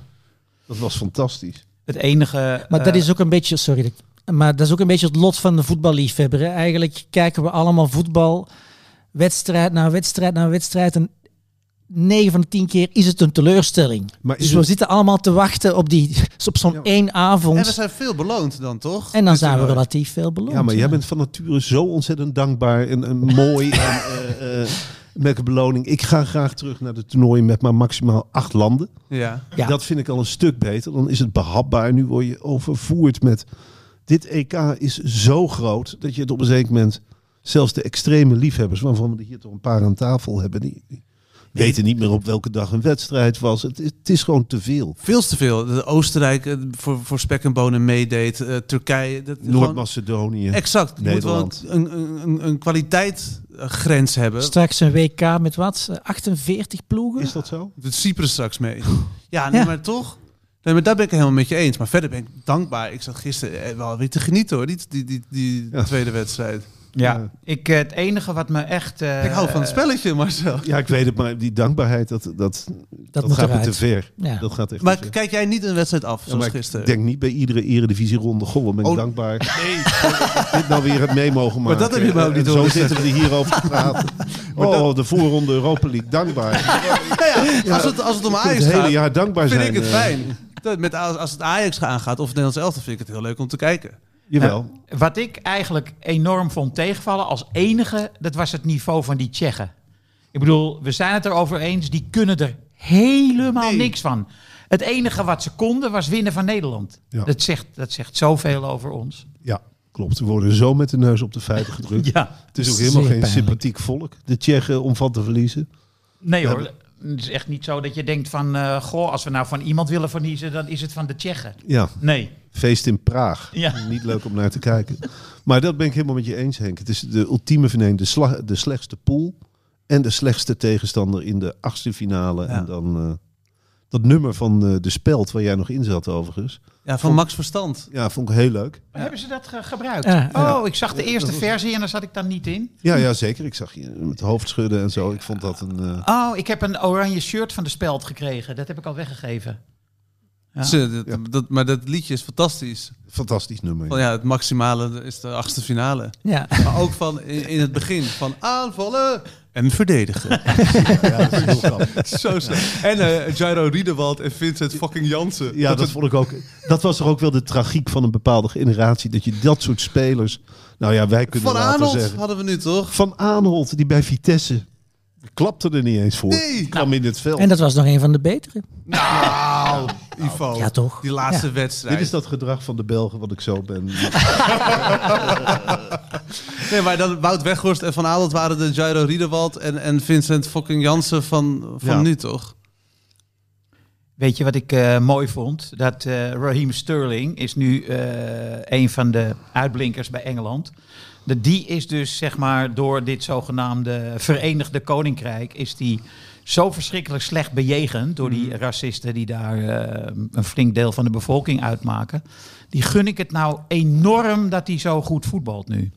Speaker 2: Dat was fantastisch.
Speaker 5: Het enige...
Speaker 6: Maar dat
Speaker 5: eh,
Speaker 6: is ook een beetje, sorry, dat ik- maar dat is ook een beetje het lot van de voetballiefhebber. Hè. Eigenlijk kijken we allemaal voetbal, wedstrijd na wedstrijd na wedstrijd. En 9 van de 10 keer is het een teleurstelling.
Speaker 2: Maar is
Speaker 6: Dus we
Speaker 2: het-
Speaker 6: zitten allemaal te wachten op, die, op zo'n
Speaker 2: Ja.
Speaker 6: één
Speaker 4: En we
Speaker 6: avond.
Speaker 4: zijn veel beloond dan, toch?
Speaker 6: En
Speaker 4: Dit
Speaker 6: dan
Speaker 4: eh,
Speaker 6: zijn we
Speaker 4: toernooi.
Speaker 6: relatief veel beloond.
Speaker 2: Ja, maar jij bent van nature zo ontzettend dankbaar en, en mooi. en, eh, eh, met een beloning. Ik ga graag terug naar de toernooien met maar maximaal acht landen.
Speaker 4: Ja.
Speaker 6: Ja.
Speaker 2: Dat vind ik al een stuk beter. Dan is het behapbaar. Nu word je overvoerd met... Dit EK is zo groot dat je het op een zeker moment... Zelfs de extreme liefhebbers, waarvan we er hier toch een paar aan tafel hebben... die, die weten niet meer op welke dag een wedstrijd was. Het, is- het is gewoon te veel.
Speaker 4: Veel te veel. De Oostenrijk eh, voor, voor spek en bonen meedeed. eh, Turkije. dat- gewoon-
Speaker 2: Noord-Macedonië.
Speaker 4: Exact. Je moet wel
Speaker 2: Nederland.
Speaker 4: een, een, een, een kwaliteitsgrens hebben.
Speaker 6: Straks een WK met wat? 48 ploegen?
Speaker 2: Is dat zo?
Speaker 4: Doet Cyprus straks mee. Ja, nee,
Speaker 6: Ja.
Speaker 4: maar toch. Nee, maar daar ben ik het helemaal met je eens. Maar verder ben ik dankbaar. Ik zat gisteren eh, wel weer te genieten hoor. Die, die, die, die
Speaker 2: Ja.
Speaker 4: tweede wedstrijd.
Speaker 5: Ja,
Speaker 2: Ja.
Speaker 5: Ik, eh, het enige wat me echt... eh,
Speaker 4: ik hou van het spelletje, Marcel.
Speaker 2: Ja, ik weet het, maar die dankbaarheid, dat, dat, dat,
Speaker 6: dat moet
Speaker 2: gaat me
Speaker 6: eruit.
Speaker 2: te ver.
Speaker 6: Ja.
Speaker 2: Dat gaat echt
Speaker 4: Maar
Speaker 2: te ver.
Speaker 4: kijk jij niet een wedstrijd af,
Speaker 2: Ja,
Speaker 4: zoals
Speaker 2: maar
Speaker 4: gisteren?
Speaker 2: Ik denk niet bij iedere eredivisieronde. Goh, wat ben ik
Speaker 4: Oh.
Speaker 2: dankbaar dat ik dit nou weer heb mee mogen maken.
Speaker 4: Maar dat heb je me ook
Speaker 2: En
Speaker 4: niet
Speaker 2: Zo
Speaker 4: horen
Speaker 2: zitten we er hierover te praten. Oh, de voorronde Europa League. Dankbaar.
Speaker 4: Ja, ja, als, het, als het om
Speaker 2: Ik
Speaker 4: Ajax
Speaker 2: het hele
Speaker 4: gaat,
Speaker 2: jaar dankbaar
Speaker 4: vind
Speaker 2: zijn.
Speaker 4: ik het
Speaker 2: eh,
Speaker 4: fijn. Dat Met, als, als het Ajax aangaat of het Nederlands elftal, vind ik het heel leuk om te kijken.
Speaker 2: Jawel.
Speaker 5: Wat ik eigenlijk enorm vond tegenvallen als enige, dat was het niveau van die Tsjechen. Ik bedoel, we zijn het erover eens, die kunnen er helemaal
Speaker 4: Nee.
Speaker 5: niks van. Het enige wat ze konden was winnen van Nederland.
Speaker 2: Ja.
Speaker 5: Dat, zegt, dat zegt zoveel over ons.
Speaker 2: Ja, klopt. We worden zo met de neus op de feiten gedrukt.
Speaker 5: Ja,
Speaker 2: Het is ook helemaal
Speaker 6: Zeer
Speaker 2: geen
Speaker 6: pijnlijk.
Speaker 2: sympathiek volk. De Tsjechen om van te verliezen.
Speaker 5: nee hoor. Het is echt niet zo dat je denkt van, eh, goh, als we nou van iemand willen verliezen, dan is het van de Tsjechen.
Speaker 2: Ja,
Speaker 5: Nee.
Speaker 2: feest in Praag.
Speaker 5: Ja.
Speaker 2: Niet leuk om naar te kijken. Maar dat ben ik helemaal met je eens, Henk. Het is de ultieme verneem. De, sla- de slechtste pool en de slechtste tegenstander in de achtste finale.
Speaker 4: Ja.
Speaker 2: En dan eh, dat nummer van eh, de speld waar jij nog in zat overigens.
Speaker 4: Ja, van Max Verstand.
Speaker 2: Ja, vond ik heel leuk.
Speaker 5: Hebben ze dat ge- gebruikt?
Speaker 6: Ja,
Speaker 5: oh, ik zag de eerste versie en daar zat ik dan niet in.
Speaker 2: Ja, ja zeker. Ik zag je met hoofd schudden en zo. Ik vond dat een... eh,
Speaker 5: Oh, ik heb een oranje shirt van de speld gekregen. Dat heb ik al weggegeven. Ja.
Speaker 4: Ze- dat-
Speaker 2: Ja.
Speaker 4: dat, maar dat liedje is fantastisch.
Speaker 2: fantastisch nummer.
Speaker 4: Van, Oh ja, het maximale is de achtste finale.
Speaker 6: Ja.
Speaker 4: Maar ook van in, in het begin van aanvallen en verdedigen.
Speaker 2: Ja, dat is heel grappig.
Speaker 4: Zo slecht. En eh Jairo Riedewald en Vincent fucking Jansen.
Speaker 2: Ja, dat, vond ik ook. Dat was er ook wel de tragiek van een bepaalde generatie. Dat je dat soort spelers. Nou ja, wij kunnen
Speaker 4: Van
Speaker 2: laten
Speaker 4: Arnold
Speaker 2: zeggen.
Speaker 4: hadden we nu toch?
Speaker 2: Van Aanholt, die bij Vitesse klapte er niet eens voor.
Speaker 4: Nee.
Speaker 2: Kwam in het veld.
Speaker 6: Nou, En dat was nog een van de betere.
Speaker 4: Nou, Ivo.
Speaker 6: Ja, toch?
Speaker 4: Die laatste
Speaker 6: Ja.
Speaker 4: wedstrijd.
Speaker 2: Dit is dat gedrag van de Belgen wat ik zo ben.
Speaker 4: Nee, maar dan Wout Weghorst en Van Adelt waren de Jairo Riedewald en, en Vincent fucking Jansen van, van
Speaker 2: Ja.
Speaker 4: nu toch?
Speaker 5: Weet je wat ik eh, mooi vond? Dat eh, Raheem Sterling is nu eh, een van de uitblinkers bij Engeland. De, die is dus, zeg maar, door dit zogenaamde Verenigde Koninkrijk... is die zo verschrikkelijk slecht bejegend door
Speaker 4: Mhm.
Speaker 5: die racisten... die daar eh, een flink deel van de bevolking uitmaken. Die gun ik het nou enorm dat hij zo goed voetbalt nu.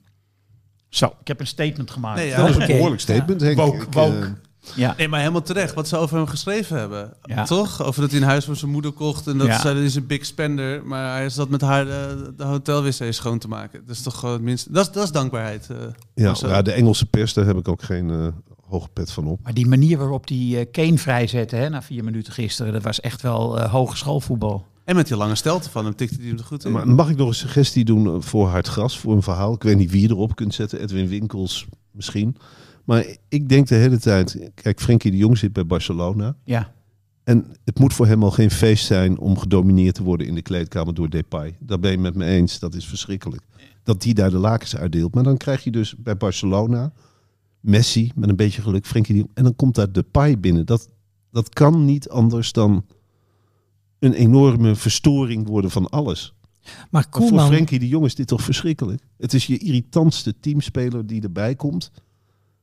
Speaker 5: Zo, ik heb een statement gemaakt.
Speaker 4: Nee, ja.
Speaker 2: Dat is een
Speaker 4: Oké.
Speaker 2: behoorlijk statement, denk
Speaker 5: Woke,
Speaker 2: ik.
Speaker 5: woke.
Speaker 2: Eh,
Speaker 5: ja.
Speaker 4: Nee, maar helemaal terecht. Wat ze over hem geschreven hebben.
Speaker 5: Ja.
Speaker 4: Toch? Over dat hij een huis voor zijn moeder kocht. En dat
Speaker 5: Ja.
Speaker 4: zij is een big spender. Maar hij is dat met haar eh, de hotelwc schoon te maken. Dat is toch gewoon het minste. Dat is, dat is dankbaarheid. eh.
Speaker 2: ja,
Speaker 4: Of zo.
Speaker 2: ja, de Engelse pers, daar heb ik ook geen eh hoge pet van op.
Speaker 5: Maar die manier waarop die eh, Kane vrijzette hè, na vier minuten gisteren, dat was echt wel eh, hogeschoolvoetbal.
Speaker 4: En met die lange stelte van hem tikte hij hem er goed in.
Speaker 2: Maar mag ik nog een suggestie doen eh, voor Hard Gras, voor een verhaal? Ik weet niet wie je erop kunt zetten, Edwin Winkels misschien. Maar ik denk de hele tijd, kijk, Frenkie de Jong zit bij Barcelona.
Speaker 5: Ja.
Speaker 2: En het moet voor hem al geen feest zijn om gedomineerd te worden in de kleedkamer door Depay. Daar ben je met me eens, dat is verschrikkelijk. Dat die daar de lakens uitdeelt. Maar dan krijg je dus bij Barcelona Messi, met een beetje geluk, Frenkie de Jong. En dan komt daar Depay binnen. Dat, dat kan niet anders dan een enorme verstoring worden van alles.
Speaker 6: Maar
Speaker 2: Maar voor
Speaker 6: Koeman,
Speaker 2: Frenkie de Jong is dit toch verschrikkelijk? Het is je irritantste teamspeler die erbij komt.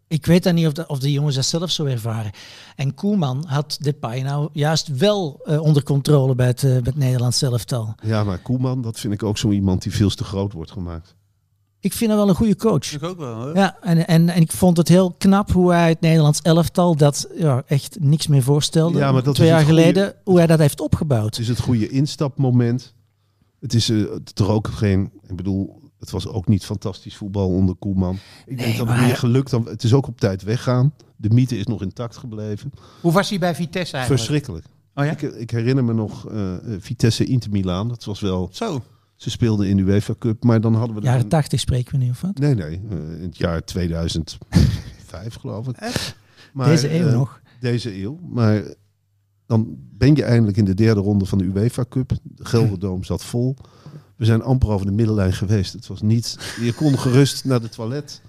Speaker 6: ik weet dan niet of de, of de jongens dat zelf zo ervaren. En Koeman had Depay nou juist wel eh, onder controle bij het, eh, bij het Nederlands elftal.
Speaker 2: Ja, maar Koeman, dat vind ik ook zo iemand die veel te groot wordt gemaakt.
Speaker 6: Ik vind hem wel een goede coach.
Speaker 4: Ik ook wel. Hoor.
Speaker 6: Ja, en, en, en ik vond het heel knap hoe hij het Nederlands elftal dat ja, echt niks meer voorstelde.
Speaker 2: Ja, maar dat
Speaker 6: Twee
Speaker 2: is
Speaker 6: jaar
Speaker 2: het goede-
Speaker 6: geleden, hoe hij dat heeft opgebouwd.
Speaker 2: Het is het goede instapmoment. Het is eh, toch ook geen... Ik bedoel, het was ook niet fantastisch voetbal onder Koeman. Ik
Speaker 6: Nee,
Speaker 2: denk dat het
Speaker 6: maar-
Speaker 2: meer geluk dan... Het is ook op tijd weggaan. De mythe is nog intact gebleven.
Speaker 5: Hoe was hij bij Vitesse eigenlijk?
Speaker 2: Verschrikkelijk.
Speaker 5: Oh ja?
Speaker 2: Ik, ik herinner me nog eh, eh, Vitesse Inter Milaan. Dat was wel...
Speaker 4: Zo.
Speaker 2: Ze speelden in de UEFA Cup, maar dan hadden we...
Speaker 6: Jaren
Speaker 2: een-
Speaker 6: 80 spreken we nu, of wat?
Speaker 2: Nee, nee. eh, in het jaar 2005, geloof ik. Maar,
Speaker 6: Deze eeuw
Speaker 2: eh,
Speaker 6: nog.
Speaker 2: Deze eeuw. Maar dan ben je eindelijk in de derde ronde van de UEFA Cup. De Gelderdoom zat vol. We zijn amper over de middenlijn geweest. Het was niet... Je kon gerust naar de toilet.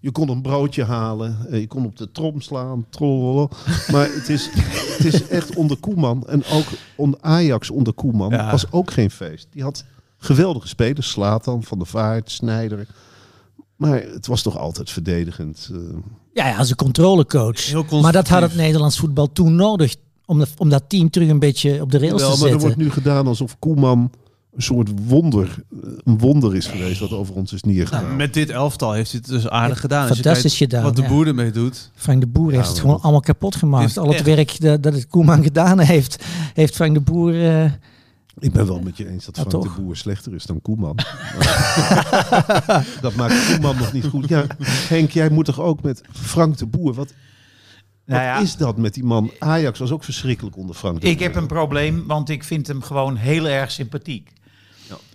Speaker 2: Je kon een broodje halen. eh, Je kon op de trom slaan. trololo. Maar het is, het is echt onder Koeman. En ook onder Ajax onder Koeman
Speaker 4: Ja.
Speaker 2: was ook geen feest. Die had geweldige spelers. Slatan, Van der Vaart, Snijder. Maar het was toch altijd verdedigend. eh.
Speaker 6: Ja, ja, als een controlecoach.
Speaker 4: Heel
Speaker 6: Maar dat had
Speaker 4: conservatief.
Speaker 6: het Nederlands voetbal toen nodig. Om, dat- om dat team terug een beetje op de rails
Speaker 2: Wel,
Speaker 6: te
Speaker 2: maar er
Speaker 6: zetten.
Speaker 2: wordt nu gedaan alsof Koeman een soort wonder, eh, een wonder is geweest wat over ons is neergehaald.
Speaker 5: Nou,
Speaker 4: Met dit elftal heeft hij het dus aardig gedaan. Als je
Speaker 6: Fantastisch
Speaker 4: kijkt
Speaker 6: gedaan,
Speaker 4: Wat de
Speaker 6: ja.
Speaker 4: boer ermee doet.
Speaker 6: Frank de Boer heeft het gewoon allemaal kapot
Speaker 4: Is
Speaker 6: gemaakt. Al het
Speaker 4: echt-
Speaker 6: werk dat, dat het Koeman gedaan heeft, heeft Frank de Boer... eh,
Speaker 2: Ik ben wel met je eens dat
Speaker 6: Ja,
Speaker 2: Frank
Speaker 6: toch?
Speaker 2: de Boer slechter is dan Koeman. Maar- dat maakt Koeman nog niet goed. Ja, Henk, jij moet toch ook met Frank de Boer. Wat,
Speaker 5: Nou
Speaker 2: wat
Speaker 5: ja,
Speaker 2: is dat met die man? Ajax was ook verschrikkelijk onder Frank de
Speaker 5: ik
Speaker 2: Boer.
Speaker 5: heb een probleem, want ik vind hem gewoon heel erg sympathiek.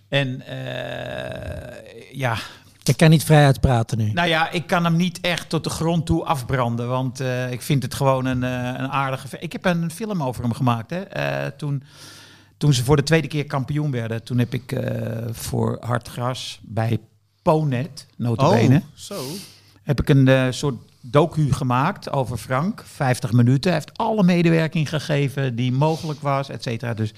Speaker 5: En eh, ja,
Speaker 6: ik kan niet vrij uitpraten nu.
Speaker 5: nou ja, ik kan hem niet echt tot de grond toe afbranden, want eh, ik vind het gewoon een, eh, een aardige... ve- Ik heb een film over hem gemaakt, hè. eh, toen, toen ze voor de tweede keer kampioen werden, toen heb ik eh, voor Hard Gras bij Ponet, notabene...
Speaker 4: Oh, zo.
Speaker 5: heb ik een eh, soort docu gemaakt over Frank. 50 minuten. Hij heeft alle medewerking gegeven die mogelijk was, et cetera. Dus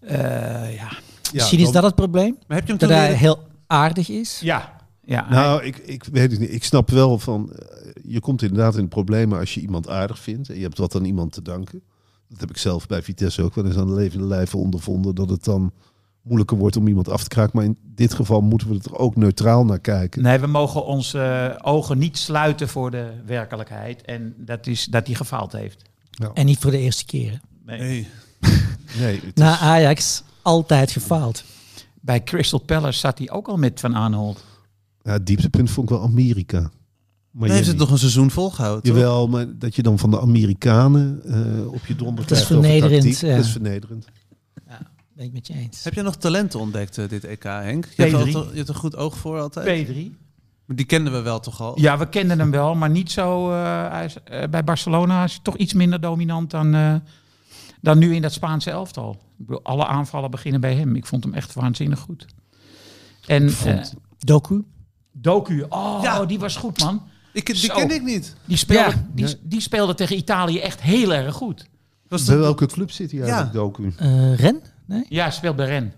Speaker 5: eh, ja.
Speaker 6: Misschien is dat het probleem.
Speaker 4: Maar heb je hem toen
Speaker 6: Dat hij
Speaker 4: leren...
Speaker 6: heel aardig is.
Speaker 5: Ja. ja
Speaker 2: Nou, ik, ik weet het niet. Ik snap wel van. eh, Je komt inderdaad in de problemen als je iemand aardig vindt. En je hebt wat aan iemand te danken. Dat heb ik zelf bij Vitesse ook wel eens aan de levende lijve ondervonden. Dat het dan moeilijker wordt om iemand af te kraken. Maar in dit geval moeten we er ook neutraal naar kijken.
Speaker 5: Nee, we mogen onze eh, ogen niet sluiten voor de werkelijkheid. En dat is dat hij gefaald heeft.
Speaker 6: En niet voor de eerste keren.
Speaker 5: Nee.
Speaker 4: Nee.
Speaker 2: Nee, het
Speaker 6: Na
Speaker 2: is-
Speaker 6: Ajax altijd gefaald.
Speaker 5: Bij Crystal Palace zat hij ook al met Van Aanholt.
Speaker 2: ja, het dieptepunt vond ik wel Amerika. Maar
Speaker 4: Hij heeft het nog een seizoen volgehouden. toch?
Speaker 2: Jawel, maar dat je dan van de Amerikanen eh, op je donder
Speaker 6: Dat is
Speaker 2: krijgt over
Speaker 6: vernederend,
Speaker 2: tactiek,
Speaker 6: ja.
Speaker 2: Dat is vernederend.
Speaker 6: Ben ik met je eens.
Speaker 4: Heb je nog talenten ontdekt, eh, dit EK, Henk? Je hebt,
Speaker 5: Pedri.
Speaker 4: altijd- je hebt een goed oog voor altijd.
Speaker 5: P3.
Speaker 4: Maar Die kenden we wel toch al?
Speaker 5: Ja, we kenden hem wel, maar niet zo. eh, hij is, eh, bij Barcelona is hij toch iets minder dominant dan, eh, dan nu in dat Spaanse elftal. Ik bedoel, alle aanvallen beginnen bij hem. Ik vond hem echt waanzinnig goed. En eh,
Speaker 6: Doku?
Speaker 5: Doku, oh,
Speaker 4: Ja.
Speaker 5: die was goed, man.
Speaker 4: Ik, die
Speaker 5: Zo.
Speaker 4: ken ik niet.
Speaker 5: Die speelde,
Speaker 6: Ja.
Speaker 5: die, die speelde tegen Italië echt heel erg goed.
Speaker 4: Was
Speaker 2: Bij
Speaker 4: de,
Speaker 2: welke club zit hij eigenlijk, Doku?
Speaker 6: Eh, Ren? Nee?
Speaker 5: Ja, speelt bij Ren.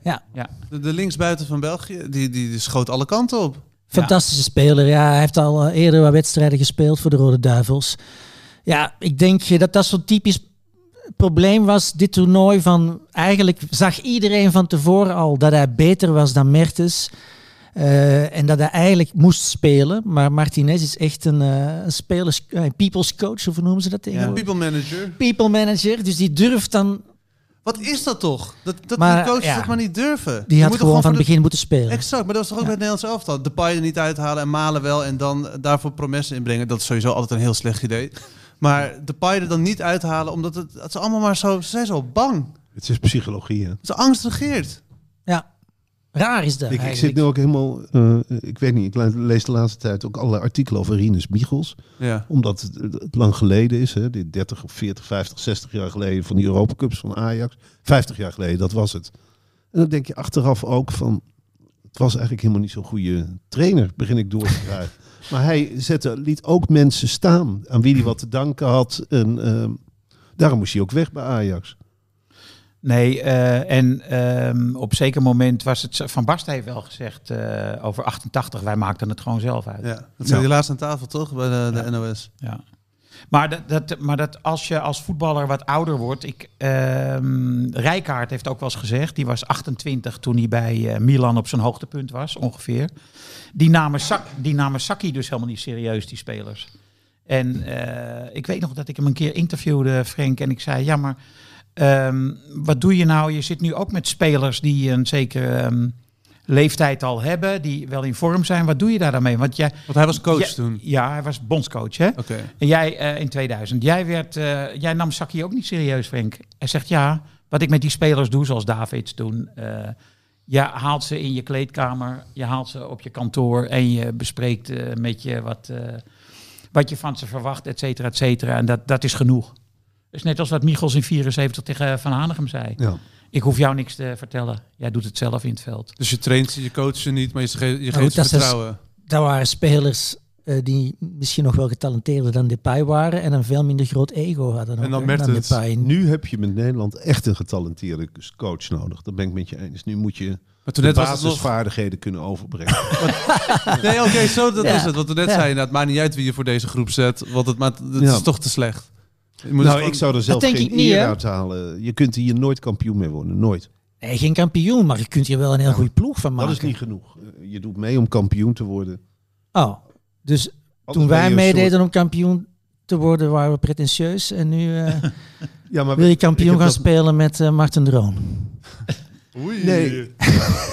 Speaker 4: de, de linksbuiten van België, die, die, die schoot alle kanten op.
Speaker 6: Fantastische speler. Ja, hij heeft al eh, eerder wat wedstrijden gespeeld voor de Rode Duivels. Ja, ik denk eh, dat dat zo'n typisch probleem was, dit toernooi. Van, eigenlijk zag iedereen van tevoren al dat hij beter was dan Mertens. eh, en dat hij eigenlijk moest spelen. Maar Martinez is echt een, eh, een spelers, eh, people's coach, of hoe noemen ze dat
Speaker 4: Ja.
Speaker 6: tegenwoordig?
Speaker 4: People manager.
Speaker 6: People manager, dus die durft dan...
Speaker 4: Wat is dat toch? Dat, dat
Speaker 6: Maar,
Speaker 4: die coaches
Speaker 6: ja.
Speaker 4: dat maar niet durven.
Speaker 6: Die
Speaker 4: Je
Speaker 6: had
Speaker 4: moet toch
Speaker 6: gewoon van het
Speaker 4: voor de-
Speaker 6: begin moeten spelen.
Speaker 4: Exact, maar dat was toch ook
Speaker 6: Ja.
Speaker 4: bij het Nederlands elftal. De paai er niet uithalen en malen wel en dan daarvoor promessen inbrengen. Dat is sowieso altijd een heel slecht idee. Maar de paai er dan niet uithalen, omdat het, het is allemaal maar zo... Ze zijn zo bang.
Speaker 2: Het is psychologie, hè?
Speaker 4: Ze angst regeert.
Speaker 6: Ja, raar is dat
Speaker 2: Ik, ik
Speaker 6: eigenlijk.
Speaker 2: zit nu ook helemaal, eh, ik weet niet, ik le- lees de laatste tijd ook allerlei artikelen over Rinus Michels.
Speaker 4: Ja.
Speaker 2: Omdat het, het lang geleden is, hè, dit 30 of 40, 50, 60 jaar geleden van die Europa Cups van Ajax. 50 jaar geleden, dat was het. En dan denk je achteraf ook van, het was eigenlijk helemaal niet zo'n goede trainer, begin ik door te krijgen. maar hij zette, liet ook mensen staan aan wie hij wat te danken had. En ehm, daarom moest hij ook weg bij Ajax.
Speaker 5: Nee, eh, en ehm, op zeker moment was het... Van Basten heeft wel gezegd eh, over 88, wij maakten het gewoon zelf uit.
Speaker 4: ja. Dat zei die laatst aan tafel, toch? Bij de, de
Speaker 5: Ja.
Speaker 4: NOS.
Speaker 5: Ja. Maar, dat, dat, maar dat als je als voetballer wat ouder wordt. Ik, ehm Rijkaard heeft ook wel eens gezegd. Die was 28 toen hij bij eh, Milan op zijn hoogtepunt was, ongeveer. Die namen, Sak, die namen Saki dus helemaal niet serieus, die spelers. En eh, ik weet nog dat ik hem een keer interviewde, Frank. En ik zei: Ja, maar ehm, wat doe je nou? Je zit nu ook met spelers die een zekere ehm, leeftijd al hebben. Die wel in vorm zijn. Wat doe je daar dan mee? Want jij,
Speaker 4: Want hij was coach
Speaker 5: Ja,
Speaker 4: toen.
Speaker 5: ja, hij was bondscoach, hè?
Speaker 4: Oké.
Speaker 5: En jij eh, in 2000. Jij, werd, eh, jij nam Saki ook niet serieus, Frank. Hij zegt ja, wat ik met die spelers doe, zoals Davids toen. eh, je haalt ze in je kleedkamer, je haalt ze op je kantoor en je bespreekt eh, met je wat, eh, wat je van ze verwacht, et cetera, et cetera. En dat, dat is genoeg. Dat is net als wat Michels in 74 tegen eh, Van Hanegem zei.
Speaker 2: Ja.
Speaker 5: Ik hoef jou niks te vertellen. Jij doet het zelf in het veld.
Speaker 4: Dus je traint ze, je coacht ze niet, maar je, ge- je geeft
Speaker 6: goed,
Speaker 4: ze
Speaker 6: Oh, dat is-
Speaker 4: vertrouwen.
Speaker 6: dat waren spelers eh, die misschien nog wel getalenteerder dan Depay waren en een veel minder groot ego hadden
Speaker 4: En dan
Speaker 6: ook, hè,
Speaker 4: Mertens.
Speaker 6: Depay.
Speaker 2: Nu heb je met Nederland echt een getalenteerde coach nodig. Dat ben ik met je eens. Nu moet je
Speaker 4: Maar toen
Speaker 2: de
Speaker 4: net was het nog...
Speaker 2: basisvaardigheden kunnen overbrengen.
Speaker 4: Nee, oké, zo dat
Speaker 6: Ja.
Speaker 4: is het. Wat we net
Speaker 6: Ja.
Speaker 4: zeiden, het maakt niet uit wie je voor deze groep zet. Want het, maakt, het
Speaker 2: Ja.
Speaker 4: is toch te slecht. Je moet het
Speaker 2: nou,
Speaker 4: gewoon-
Speaker 2: ik zou er zelf
Speaker 6: denk
Speaker 2: geen
Speaker 6: ik niet,
Speaker 2: eer
Speaker 6: hè?
Speaker 2: uit halen. Je kunt hier nooit kampioen mee worden. Nooit.
Speaker 6: Nee, geen kampioen, maar je kunt hier wel een heel goede ploeg van maken.
Speaker 2: Dat is niet genoeg. Eh, Je doet mee om kampioen te worden.
Speaker 6: Oh, dus
Speaker 2: Anders
Speaker 6: toen
Speaker 2: ben je
Speaker 6: wij
Speaker 2: een
Speaker 6: meededen
Speaker 2: soort-
Speaker 6: om kampioen te worden, waren we pretentieus. En nu eh,
Speaker 2: Ja, maar
Speaker 6: wil je
Speaker 2: ik
Speaker 6: kampioen
Speaker 2: heb
Speaker 6: gaan
Speaker 2: dat- Oh,
Speaker 6: spelen met eh, Martin Droom.
Speaker 2: Nee. nee,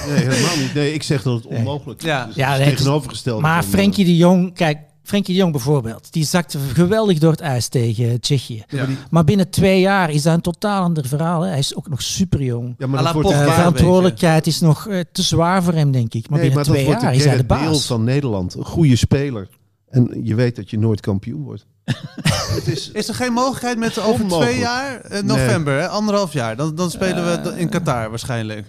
Speaker 2: helemaal niet. Nee, ik zeg dat het onmogelijk is.
Speaker 4: Ja.
Speaker 2: Dus
Speaker 6: Ja,
Speaker 2: het is eh,
Speaker 6: nee,
Speaker 2: tegenovergesteld.
Speaker 6: Maar Frenkie de Jong, kijk, Frenkie de Jong bijvoorbeeld, die zakte geweldig door het ijs tegen Tsjechië.
Speaker 4: Ja.
Speaker 6: Maar binnen twee jaar is dat een totaal ander verhaal. Hè. Hij is ook nog super jong.
Speaker 2: Ja, maar
Speaker 4: à la
Speaker 2: dat wordt
Speaker 4: Pogba.
Speaker 6: Eh,
Speaker 4: Waar,
Speaker 6: verantwoordelijkheid is nog eh, te zwaar voor hem, denk ik. Maar
Speaker 2: nee,
Speaker 6: binnen
Speaker 2: maar dat
Speaker 6: twee
Speaker 2: wordt
Speaker 6: jaar
Speaker 2: de
Speaker 6: is hij de
Speaker 2: Gerrit Beel
Speaker 6: baas.
Speaker 2: van Nederland. Een goede speler. En je weet dat je nooit kampioen wordt. het is
Speaker 4: Is er geen mogelijkheid met over
Speaker 2: Onmogelijk.
Speaker 4: twee jaar? eh, november, hè? anderhalf jaar. Dan, dan spelen we dat in Qatar waarschijnlijk.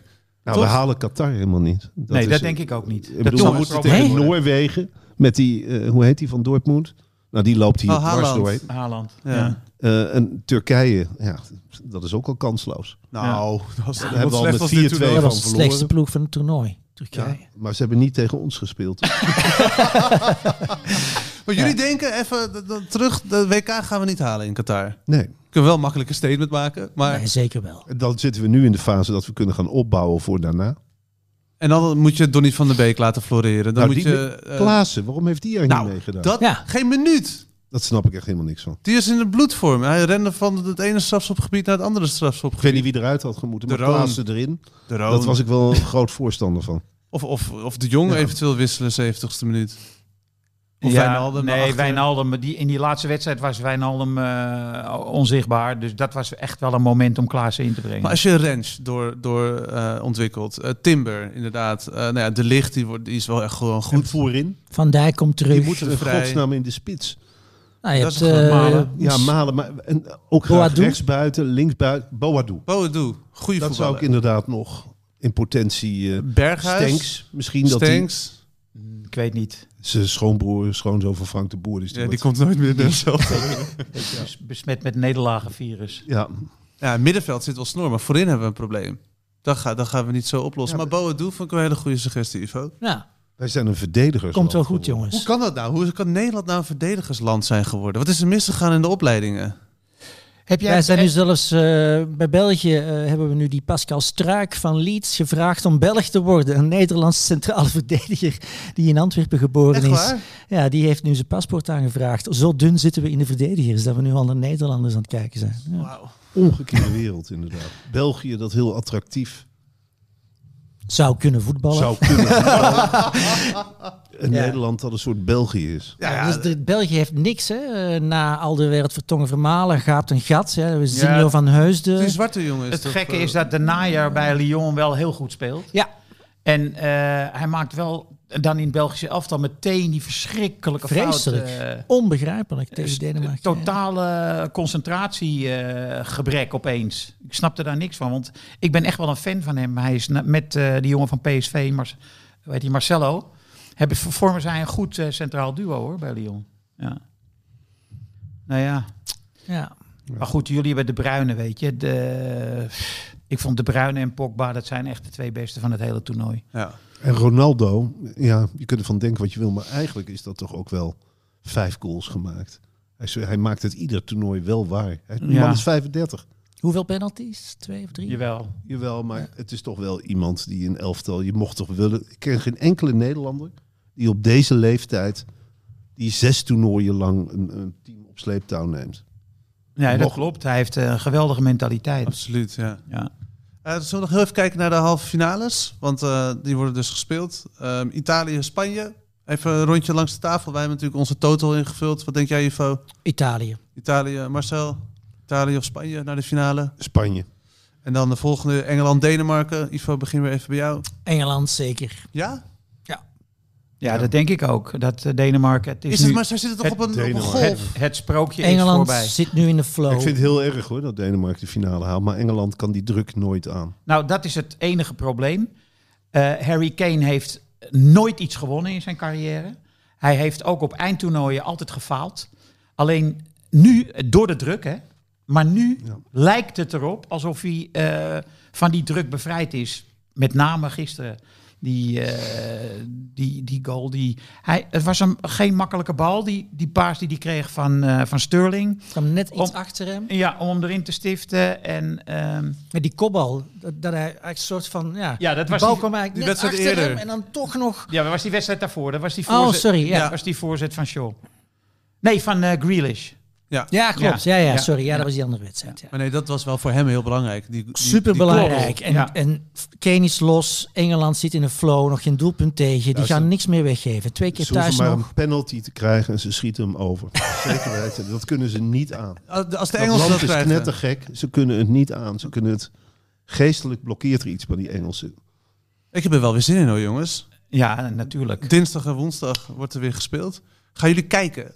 Speaker 2: Nou, we
Speaker 4: Toch?
Speaker 2: halen Qatar helemaal niet.
Speaker 5: nee,
Speaker 2: is
Speaker 5: dat
Speaker 2: een-
Speaker 5: denk ik ook niet.
Speaker 2: Ik bedoel,
Speaker 5: doen
Speaker 2: we
Speaker 5: we
Speaker 2: moeten
Speaker 5: zo
Speaker 2: tegen
Speaker 5: wel.
Speaker 2: Noorwegen met die, eh, hoe heet die van Dortmund? Nou, die loopt hier
Speaker 4: Oh,
Speaker 2: dwars
Speaker 4: Haaland.
Speaker 2: doorheen.
Speaker 5: Haaland.
Speaker 4: Ja.
Speaker 5: ja.
Speaker 2: Eh, en Turkije, ja, dat is ook al kansloos.
Speaker 4: Nou, dat was
Speaker 2: hebben we al met
Speaker 4: als dit
Speaker 2: 4-2
Speaker 4: toernooi.
Speaker 6: Dat
Speaker 2: van
Speaker 6: was de
Speaker 2: verloren.
Speaker 6: slechtste ploeg van het toernooi.
Speaker 2: Ja,
Speaker 6: Turkije.
Speaker 2: Maar ze hebben niet tegen ons gespeeld.
Speaker 4: Maar jullie denken even dat- dat terug, de WK gaan we niet halen in Qatar. Kunnen
Speaker 2: Nee,
Speaker 4: we wel makkelijk een statement maken. Maar,
Speaker 6: Nee, zeker wel.
Speaker 2: dan zitten we nu in de fase dat we kunnen gaan opbouwen voor daarna.
Speaker 4: En dan moet je Donny van der Beek laten floreren. Dan
Speaker 2: Nou,
Speaker 4: moet
Speaker 2: die
Speaker 4: je... eh,
Speaker 2: Klaassen, waarom heeft die er
Speaker 4: nou,
Speaker 2: niet mee gedaan? Dat...
Speaker 4: dat,
Speaker 6: Ja.
Speaker 4: geen minuut.
Speaker 2: snap ik echt helemaal niks van.
Speaker 4: Die is in de bloedvorm. Hij rende van het ene strafschopgebied naar het andere
Speaker 2: Ik weet
Speaker 4: strafschopgebied.
Speaker 2: niet wie eruit had gemoeten,
Speaker 4: De
Speaker 2: maar
Speaker 4: Roon.
Speaker 2: Klaassen erin.
Speaker 4: De Roon.
Speaker 2: Dat was ik wel een groot voorstander van.
Speaker 4: of, of, of de Jong
Speaker 2: Ja.
Speaker 4: eventueel wisselen, 70ste minuut. Of
Speaker 5: ja,
Speaker 4: Wijnaldum naar
Speaker 5: Nee,
Speaker 4: achteren.
Speaker 5: Wijnaldum. Die, in die laatste wedstrijd was Wijnaldum eh, onzichtbaar. Dus dat was echt wel een moment om Klaassen in te brengen.
Speaker 4: Maar als je Rens door, door eh, ontwikkelt, eh, Timber inderdaad, Eh nou ja, de licht die, wordt, die is wel echt gewoon
Speaker 2: En
Speaker 4: goed.
Speaker 2: voorin,
Speaker 6: Van Dijk komt
Speaker 2: die
Speaker 6: terug.
Speaker 2: moeten in
Speaker 4: vrij.
Speaker 2: godsnaam in de spits.
Speaker 6: Nou, je
Speaker 4: dat
Speaker 6: hebt
Speaker 4: is een
Speaker 6: eh,
Speaker 5: malen.
Speaker 2: Ja, Malen, maar en ook graag
Speaker 6: Boadu?
Speaker 2: rechtsbuiten, linksbuiten. Boadu.
Speaker 4: Boadu,
Speaker 2: Dat zou
Speaker 4: goede voetballer.
Speaker 2: ik inderdaad nog in potentie... eh
Speaker 4: Berghuis,
Speaker 2: Stenks, misschien dat hij...
Speaker 4: Stenks,
Speaker 5: Mm, Ik weet niet.
Speaker 2: Zijn schoonbroer, schoonzoon van Frank de Boer. Dus die
Speaker 4: Ja, die
Speaker 2: wordt-
Speaker 4: komt nooit meer naar zelf.
Speaker 5: Bes- Besmet met nederlagenvirus.
Speaker 2: ja.
Speaker 4: Ja, middenveld zit wel snor, maar voorin hebben we een probleem. Dat, ga, dat gaan we niet zo oplossen.
Speaker 2: Ja,
Speaker 4: maar Boa Doe vond ik een hele goede suggestie, Ivo.
Speaker 6: Ja,
Speaker 2: Wij zijn een verdediger.
Speaker 6: komt wel goed,
Speaker 2: Dus-
Speaker 6: jongens.
Speaker 4: Hoe kan dat nou? Hoe kan Nederland nou een verdedigersland zijn geworden? Wat is er misgegaan in de opleidingen?
Speaker 5: Heb jij
Speaker 6: Wij zijn nu zelfs eh, bij België eh, hebben we nu die Pascal Struik van Leeds gevraagd om Belg te worden. Een Nederlandse centrale verdediger die in Antwerpen geboren
Speaker 4: Echt
Speaker 6: is.
Speaker 4: waar?
Speaker 6: Ja, die heeft nu zijn paspoort aangevraagd. Zo dun zitten we in de verdedigers dat we nu al naar Nederlanders aan het kijken zijn. Ja.
Speaker 4: Wauw.
Speaker 2: Omgekeerde wereld, inderdaad. België, dat heel attractief
Speaker 6: Zou kunnen voetballen.
Speaker 2: zou kunnen. en
Speaker 6: Ja.
Speaker 2: Nederland dat een soort België is.
Speaker 6: Ja, dus de, België heeft niks. Hè. Eh, Na Alderwereld, Vertongen, Vermalen gaat een gat. Hè. Zinjo van
Speaker 4: Die
Speaker 6: Heusden.
Speaker 4: zwarte jongen is
Speaker 5: het
Speaker 4: toch,
Speaker 5: gekke
Speaker 4: eh,
Speaker 5: is dat de najaar bij Lyon wel heel goed speelt.
Speaker 6: Ja.
Speaker 5: En eh, hij maakt wel dan in het Belgische elftal meteen die verschrikkelijke
Speaker 6: Vreselijk.
Speaker 5: fout. eh,
Speaker 6: Onbegrijpelijk tegen
Speaker 5: Dus
Speaker 6: Denemarken.
Speaker 5: Totale concentratiegebrek opeens. Ik snapte daar niks van, want ik ben echt wel een fan van hem. Hij is na- met eh, die jongen van PSV, Mar hoe heet die, Marcelo, hebben, vormen zij een goed eh, centraal duo hoor, bij Lyon. Ja. Nou ja,
Speaker 6: Ja.
Speaker 5: maar goed, jullie hebben De Bruyne, weet je. De, ik vond De Bruyne en Pogba, dat zijn echt de twee beste van het hele toernooi.
Speaker 4: Ja.
Speaker 2: En Ronaldo, ja, je kunt ervan denken wat je wil, maar eigenlijk is dat toch ook wel vijf goals gemaakt. Hij, is- hij maakt het ieder toernooi wel waar. Hij die
Speaker 5: Ja.
Speaker 2: man is 35.
Speaker 6: Hoeveel penalties? Twee of drie?
Speaker 5: Jawel.
Speaker 2: Jawel, maar het is toch wel iemand die een elftal, je mocht toch willen. Ik ken geen enkele Nederlander die op deze leeftijd, die zes toernooien lang een, een team op sleeptouw neemt.
Speaker 5: Nee, dat
Speaker 2: Nog-
Speaker 5: klopt. Hij heeft eh, een geweldige mentaliteit.
Speaker 4: Absoluut, ja.
Speaker 5: Ja.
Speaker 4: Eh, zullen we nog heel even kijken naar de halve finales? Want eh, die worden dus gespeeld. Ehm, Italië, Spanje. Even een rondje langs de tafel. Wij hebben natuurlijk onze total ingevuld. Wat denk jij, Ivo?
Speaker 6: Italië.
Speaker 4: Italië, Marcel? Italië of Spanje naar de finale?
Speaker 2: Spanje.
Speaker 4: En dan de volgende, Engeland, Denemarken. Ivo, begin weer even bij jou.
Speaker 6: Engeland zeker.
Speaker 4: Ja?
Speaker 5: Ja, dat denk ik ook. Dat eh, Denemarken... Het is,
Speaker 4: Is, het,
Speaker 5: nu-
Speaker 4: maar zij zitten toch
Speaker 5: het
Speaker 4: op een, op een
Speaker 2: Denemarken.
Speaker 4: golf?
Speaker 5: Het, het sprookje is
Speaker 6: Engeland
Speaker 5: voorbij.
Speaker 6: zit nu in de flow.
Speaker 2: Ik vind het heel erg hoor dat Denemarken de finale haalt, maar Engeland kan die druk nooit aan.
Speaker 5: Nou, dat is het enige probleem. Eh, Harry Kane heeft nooit iets gewonnen in zijn carrière. Hij heeft ook op eindtoernooien altijd gefaald. Alleen nu, eh, door de druk hè. Maar nu
Speaker 2: Ja.
Speaker 5: lijkt het erop alsof hij eh, van die druk bevrijd is. Met name gisteren. Die, eh, die, die goal. Die, hij, het was hem geen makkelijke bal. Die, die paas die hij kreeg van, eh, van Sterling.
Speaker 6: Ik kwam net iets
Speaker 5: Om-
Speaker 6: achter hem.
Speaker 5: Ja, om hem erin te stiften. En ehm,
Speaker 6: Met die kopbal. Dat, dat hij eigenlijk een soort van... Ja,
Speaker 5: Ja, dat
Speaker 6: die
Speaker 5: was
Speaker 6: bal
Speaker 5: die-
Speaker 6: kwam eigenlijk
Speaker 4: die
Speaker 6: net
Speaker 4: wedstrijd
Speaker 6: achter
Speaker 4: eerder.
Speaker 6: hem en dan toch nog...
Speaker 5: Ja, dat was die wedstrijd daarvoor. Dat was die
Speaker 6: Oh,
Speaker 5: voorzet,
Speaker 6: sorry. Ja,
Speaker 5: Dat was die voorzet van Shaw. Nee, van eh, Grealish.
Speaker 6: ja klopt. Ja, ja,
Speaker 5: Ja.
Speaker 6: sorry. Ja,
Speaker 5: Ja.
Speaker 6: dat was die andere wedstrijd. Ja.
Speaker 4: Maar nee, dat was wel voor hem heel belangrijk. Die, die-
Speaker 6: Super belangrijk.
Speaker 5: goal.
Speaker 6: En,
Speaker 5: Ja.
Speaker 6: en Kane is los. Engeland zit in een flow. Nog geen doelpunt tegen. Die
Speaker 2: Ja,
Speaker 6: gaan
Speaker 2: ze-
Speaker 6: niks meer weggeven. Twee keer
Speaker 2: Ze hoeven
Speaker 6: thuis
Speaker 2: maar
Speaker 6: nog.
Speaker 2: een penalty te krijgen en ze schieten hem over. Zeker weten, dat kunnen ze niet aan.
Speaker 4: die- als Eh, de- als de
Speaker 2: Dat
Speaker 4: Engelsen dat
Speaker 2: land is
Speaker 4: krijgen.
Speaker 2: knettergek. Ze kunnen het niet aan. Ze kunnen het... Geestelijk blokkeert er iets bij die Engelsen.
Speaker 4: Ik heb er wel weer zin in hoor, jongens.
Speaker 5: Ja, natuurlijk.
Speaker 4: Dinsdag en woensdag wordt er weer gespeeld. Gaan jullie kijken?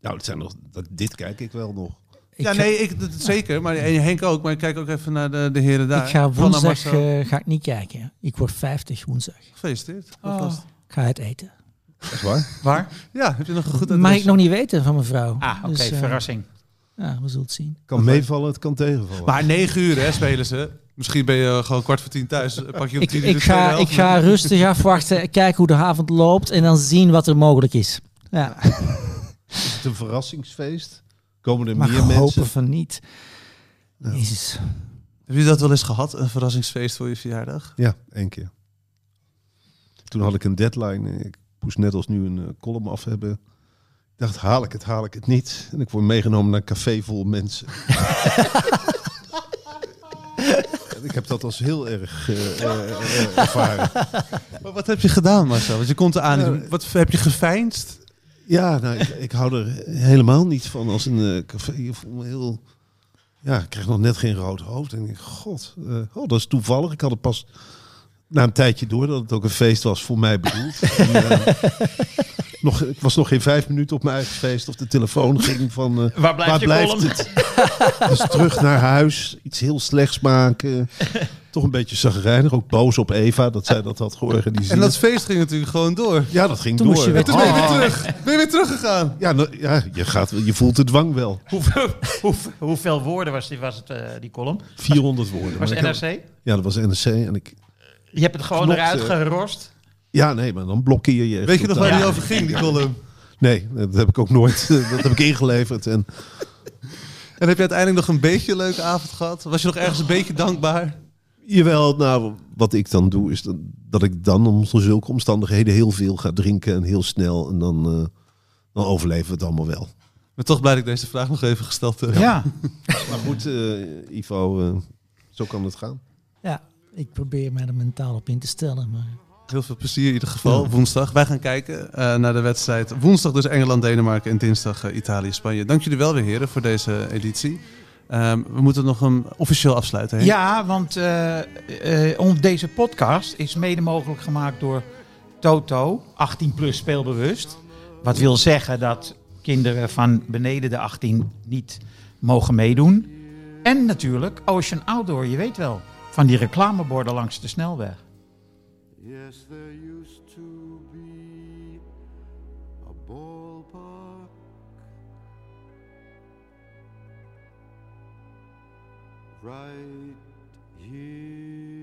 Speaker 2: Nou, dat zijn nog, dat, dit kijk ik wel nog.
Speaker 6: Ik
Speaker 4: ja,
Speaker 6: ga-
Speaker 4: nee, ik, dat, zeker. Maar en Henk ook. Maar ik kijk ook even naar de, de heren daar.
Speaker 6: Ik ga
Speaker 4: Vooral naar
Speaker 6: woensdag
Speaker 4: Marcel.
Speaker 6: eh, ga ik niet kijken. Ik word 50 woensdag.
Speaker 4: Gefeliciteerd.
Speaker 5: Oh.
Speaker 4: Alvast.
Speaker 6: Ik ga het eten.
Speaker 2: Echt waar?
Speaker 5: Waar?
Speaker 4: Ja, heb je nog een goed adres?
Speaker 6: Mag ik nog niet weten van mevrouw.
Speaker 5: Ah, oké,
Speaker 6: Dus, eh,
Speaker 5: verrassing.
Speaker 6: Ja, we zullen het zien.
Speaker 2: kan meevallen, het kan tegenvallen.
Speaker 4: Maar negen uur hè, spelen ze. Misschien ben je gewoon kwart voor tien thuis. eh, Pak je om
Speaker 6: Ik,
Speaker 4: tien uur de
Speaker 6: ik, ga,
Speaker 4: tweede
Speaker 6: ik
Speaker 4: helft.
Speaker 6: ga rustig afwachten, kijken hoe de avond loopt en dan zien wat er mogelijk is. Ja,
Speaker 2: is het een verrassingsfeest? Komen er
Speaker 6: maar
Speaker 2: meer
Speaker 6: hopen
Speaker 2: mensen?
Speaker 6: van niet.
Speaker 2: Ja.
Speaker 6: Jezus.
Speaker 4: Heb je dat wel eens gehad? Een verrassingsfeest voor je verjaardag?
Speaker 2: Ja, één keer. Toen had ik een deadline. eh, Ik moest net als nu een eh, column af hebben. Ik dacht, haal ik het, haal ik het niet. En ik word meegenomen naar een café vol mensen. En ik heb dat als heel erg eh, eh, eh, ervaren.
Speaker 4: Maar wat heb je gedaan, Marcel? Want je komt eraan.
Speaker 2: Ja.
Speaker 4: Wat heb je geveinsd?
Speaker 2: Ja, nou, ik, ik hou er helemaal niet van als een eh, café. Ik voel me heel. Ja, ik kreeg nog net geen rood hoofd. En ik denk, god, eh, oh, dat is toevallig. Ik had het pas na een tijdje door dat het ook een feest was voor mij bedoeld. en, eh, nog, ik was nog geen vijf minuten op mijn eigen feest of de telefoon ging van... eh,
Speaker 5: Waar blijft je column?
Speaker 2: het? dus terug naar huis, iets heel slechts maken. Toch een beetje zagrijnig, ook boos op Eva dat zij dat had georganiseerd.
Speaker 4: En dat feest ging natuurlijk gewoon door.
Speaker 2: ja, dat ging
Speaker 6: Toen
Speaker 2: door.
Speaker 6: moest je weg.
Speaker 4: En toen ben je weer terug. Ben je weer teruggegaan.
Speaker 2: Ja, nou, ja je, gaat, wel- je voelt de dwang wel.
Speaker 5: Hoeveel, hoeveel, hoeveel woorden was, die, was het, eh, die column?
Speaker 2: 400 woorden.
Speaker 5: Was
Speaker 2: Maar ik heb-
Speaker 5: NRC?
Speaker 2: Ja, dat was NRC. En ik,
Speaker 5: Je hebt het gewoon
Speaker 2: Klopt,
Speaker 5: eruit
Speaker 2: eh.
Speaker 5: gerost.
Speaker 2: ja, nee, maar dan blokkeer je. echt
Speaker 4: Weet je nog
Speaker 2: totaal.
Speaker 4: waar die
Speaker 5: Ja.
Speaker 4: over ging, die column?
Speaker 2: Nee, dat heb ik ook nooit. dat heb ik ingeleverd. En
Speaker 4: En heb je uiteindelijk nog een beetje een leuke avond gehad? Was je nog ergens een beetje dankbaar?
Speaker 2: Jawel, nou, wat ik dan doe is dat, dat ik dan om zulke omstandigheden heel veel ga drinken en heel snel. En dan, eh, dan overleven we het allemaal wel.
Speaker 4: Maar toch blij dat ik deze vraag nog even gesteld eh, heb.
Speaker 5: Ja.
Speaker 2: Maar goed, eh, Ivo, eh, zo kan het gaan.
Speaker 6: Ja, ik probeer mij er mentaal op in te stellen. Maar...
Speaker 4: Heel veel plezier in ieder geval,
Speaker 2: Ja.
Speaker 4: woensdag. Wij gaan kijken eh, naar de wedstrijd. Woensdag dus Engeland, Denemarken en dinsdag eh, Italië, Spanje. Dank jullie wel weer heren voor deze editie. Ehm, we moeten nog een officieel afsluiten. Henk.
Speaker 5: Ja, want eh, eh, om- deze podcast is mede mogelijk gemaakt door Toto, 18 plus speelbewust. Wat wil zeggen dat kinderen van beneden de 18 niet mogen meedoen. En natuurlijk Ocean Outdoor, je weet wel, van die reclameborden langs de snelweg.
Speaker 3: Yes, there used to be a ballpark right here.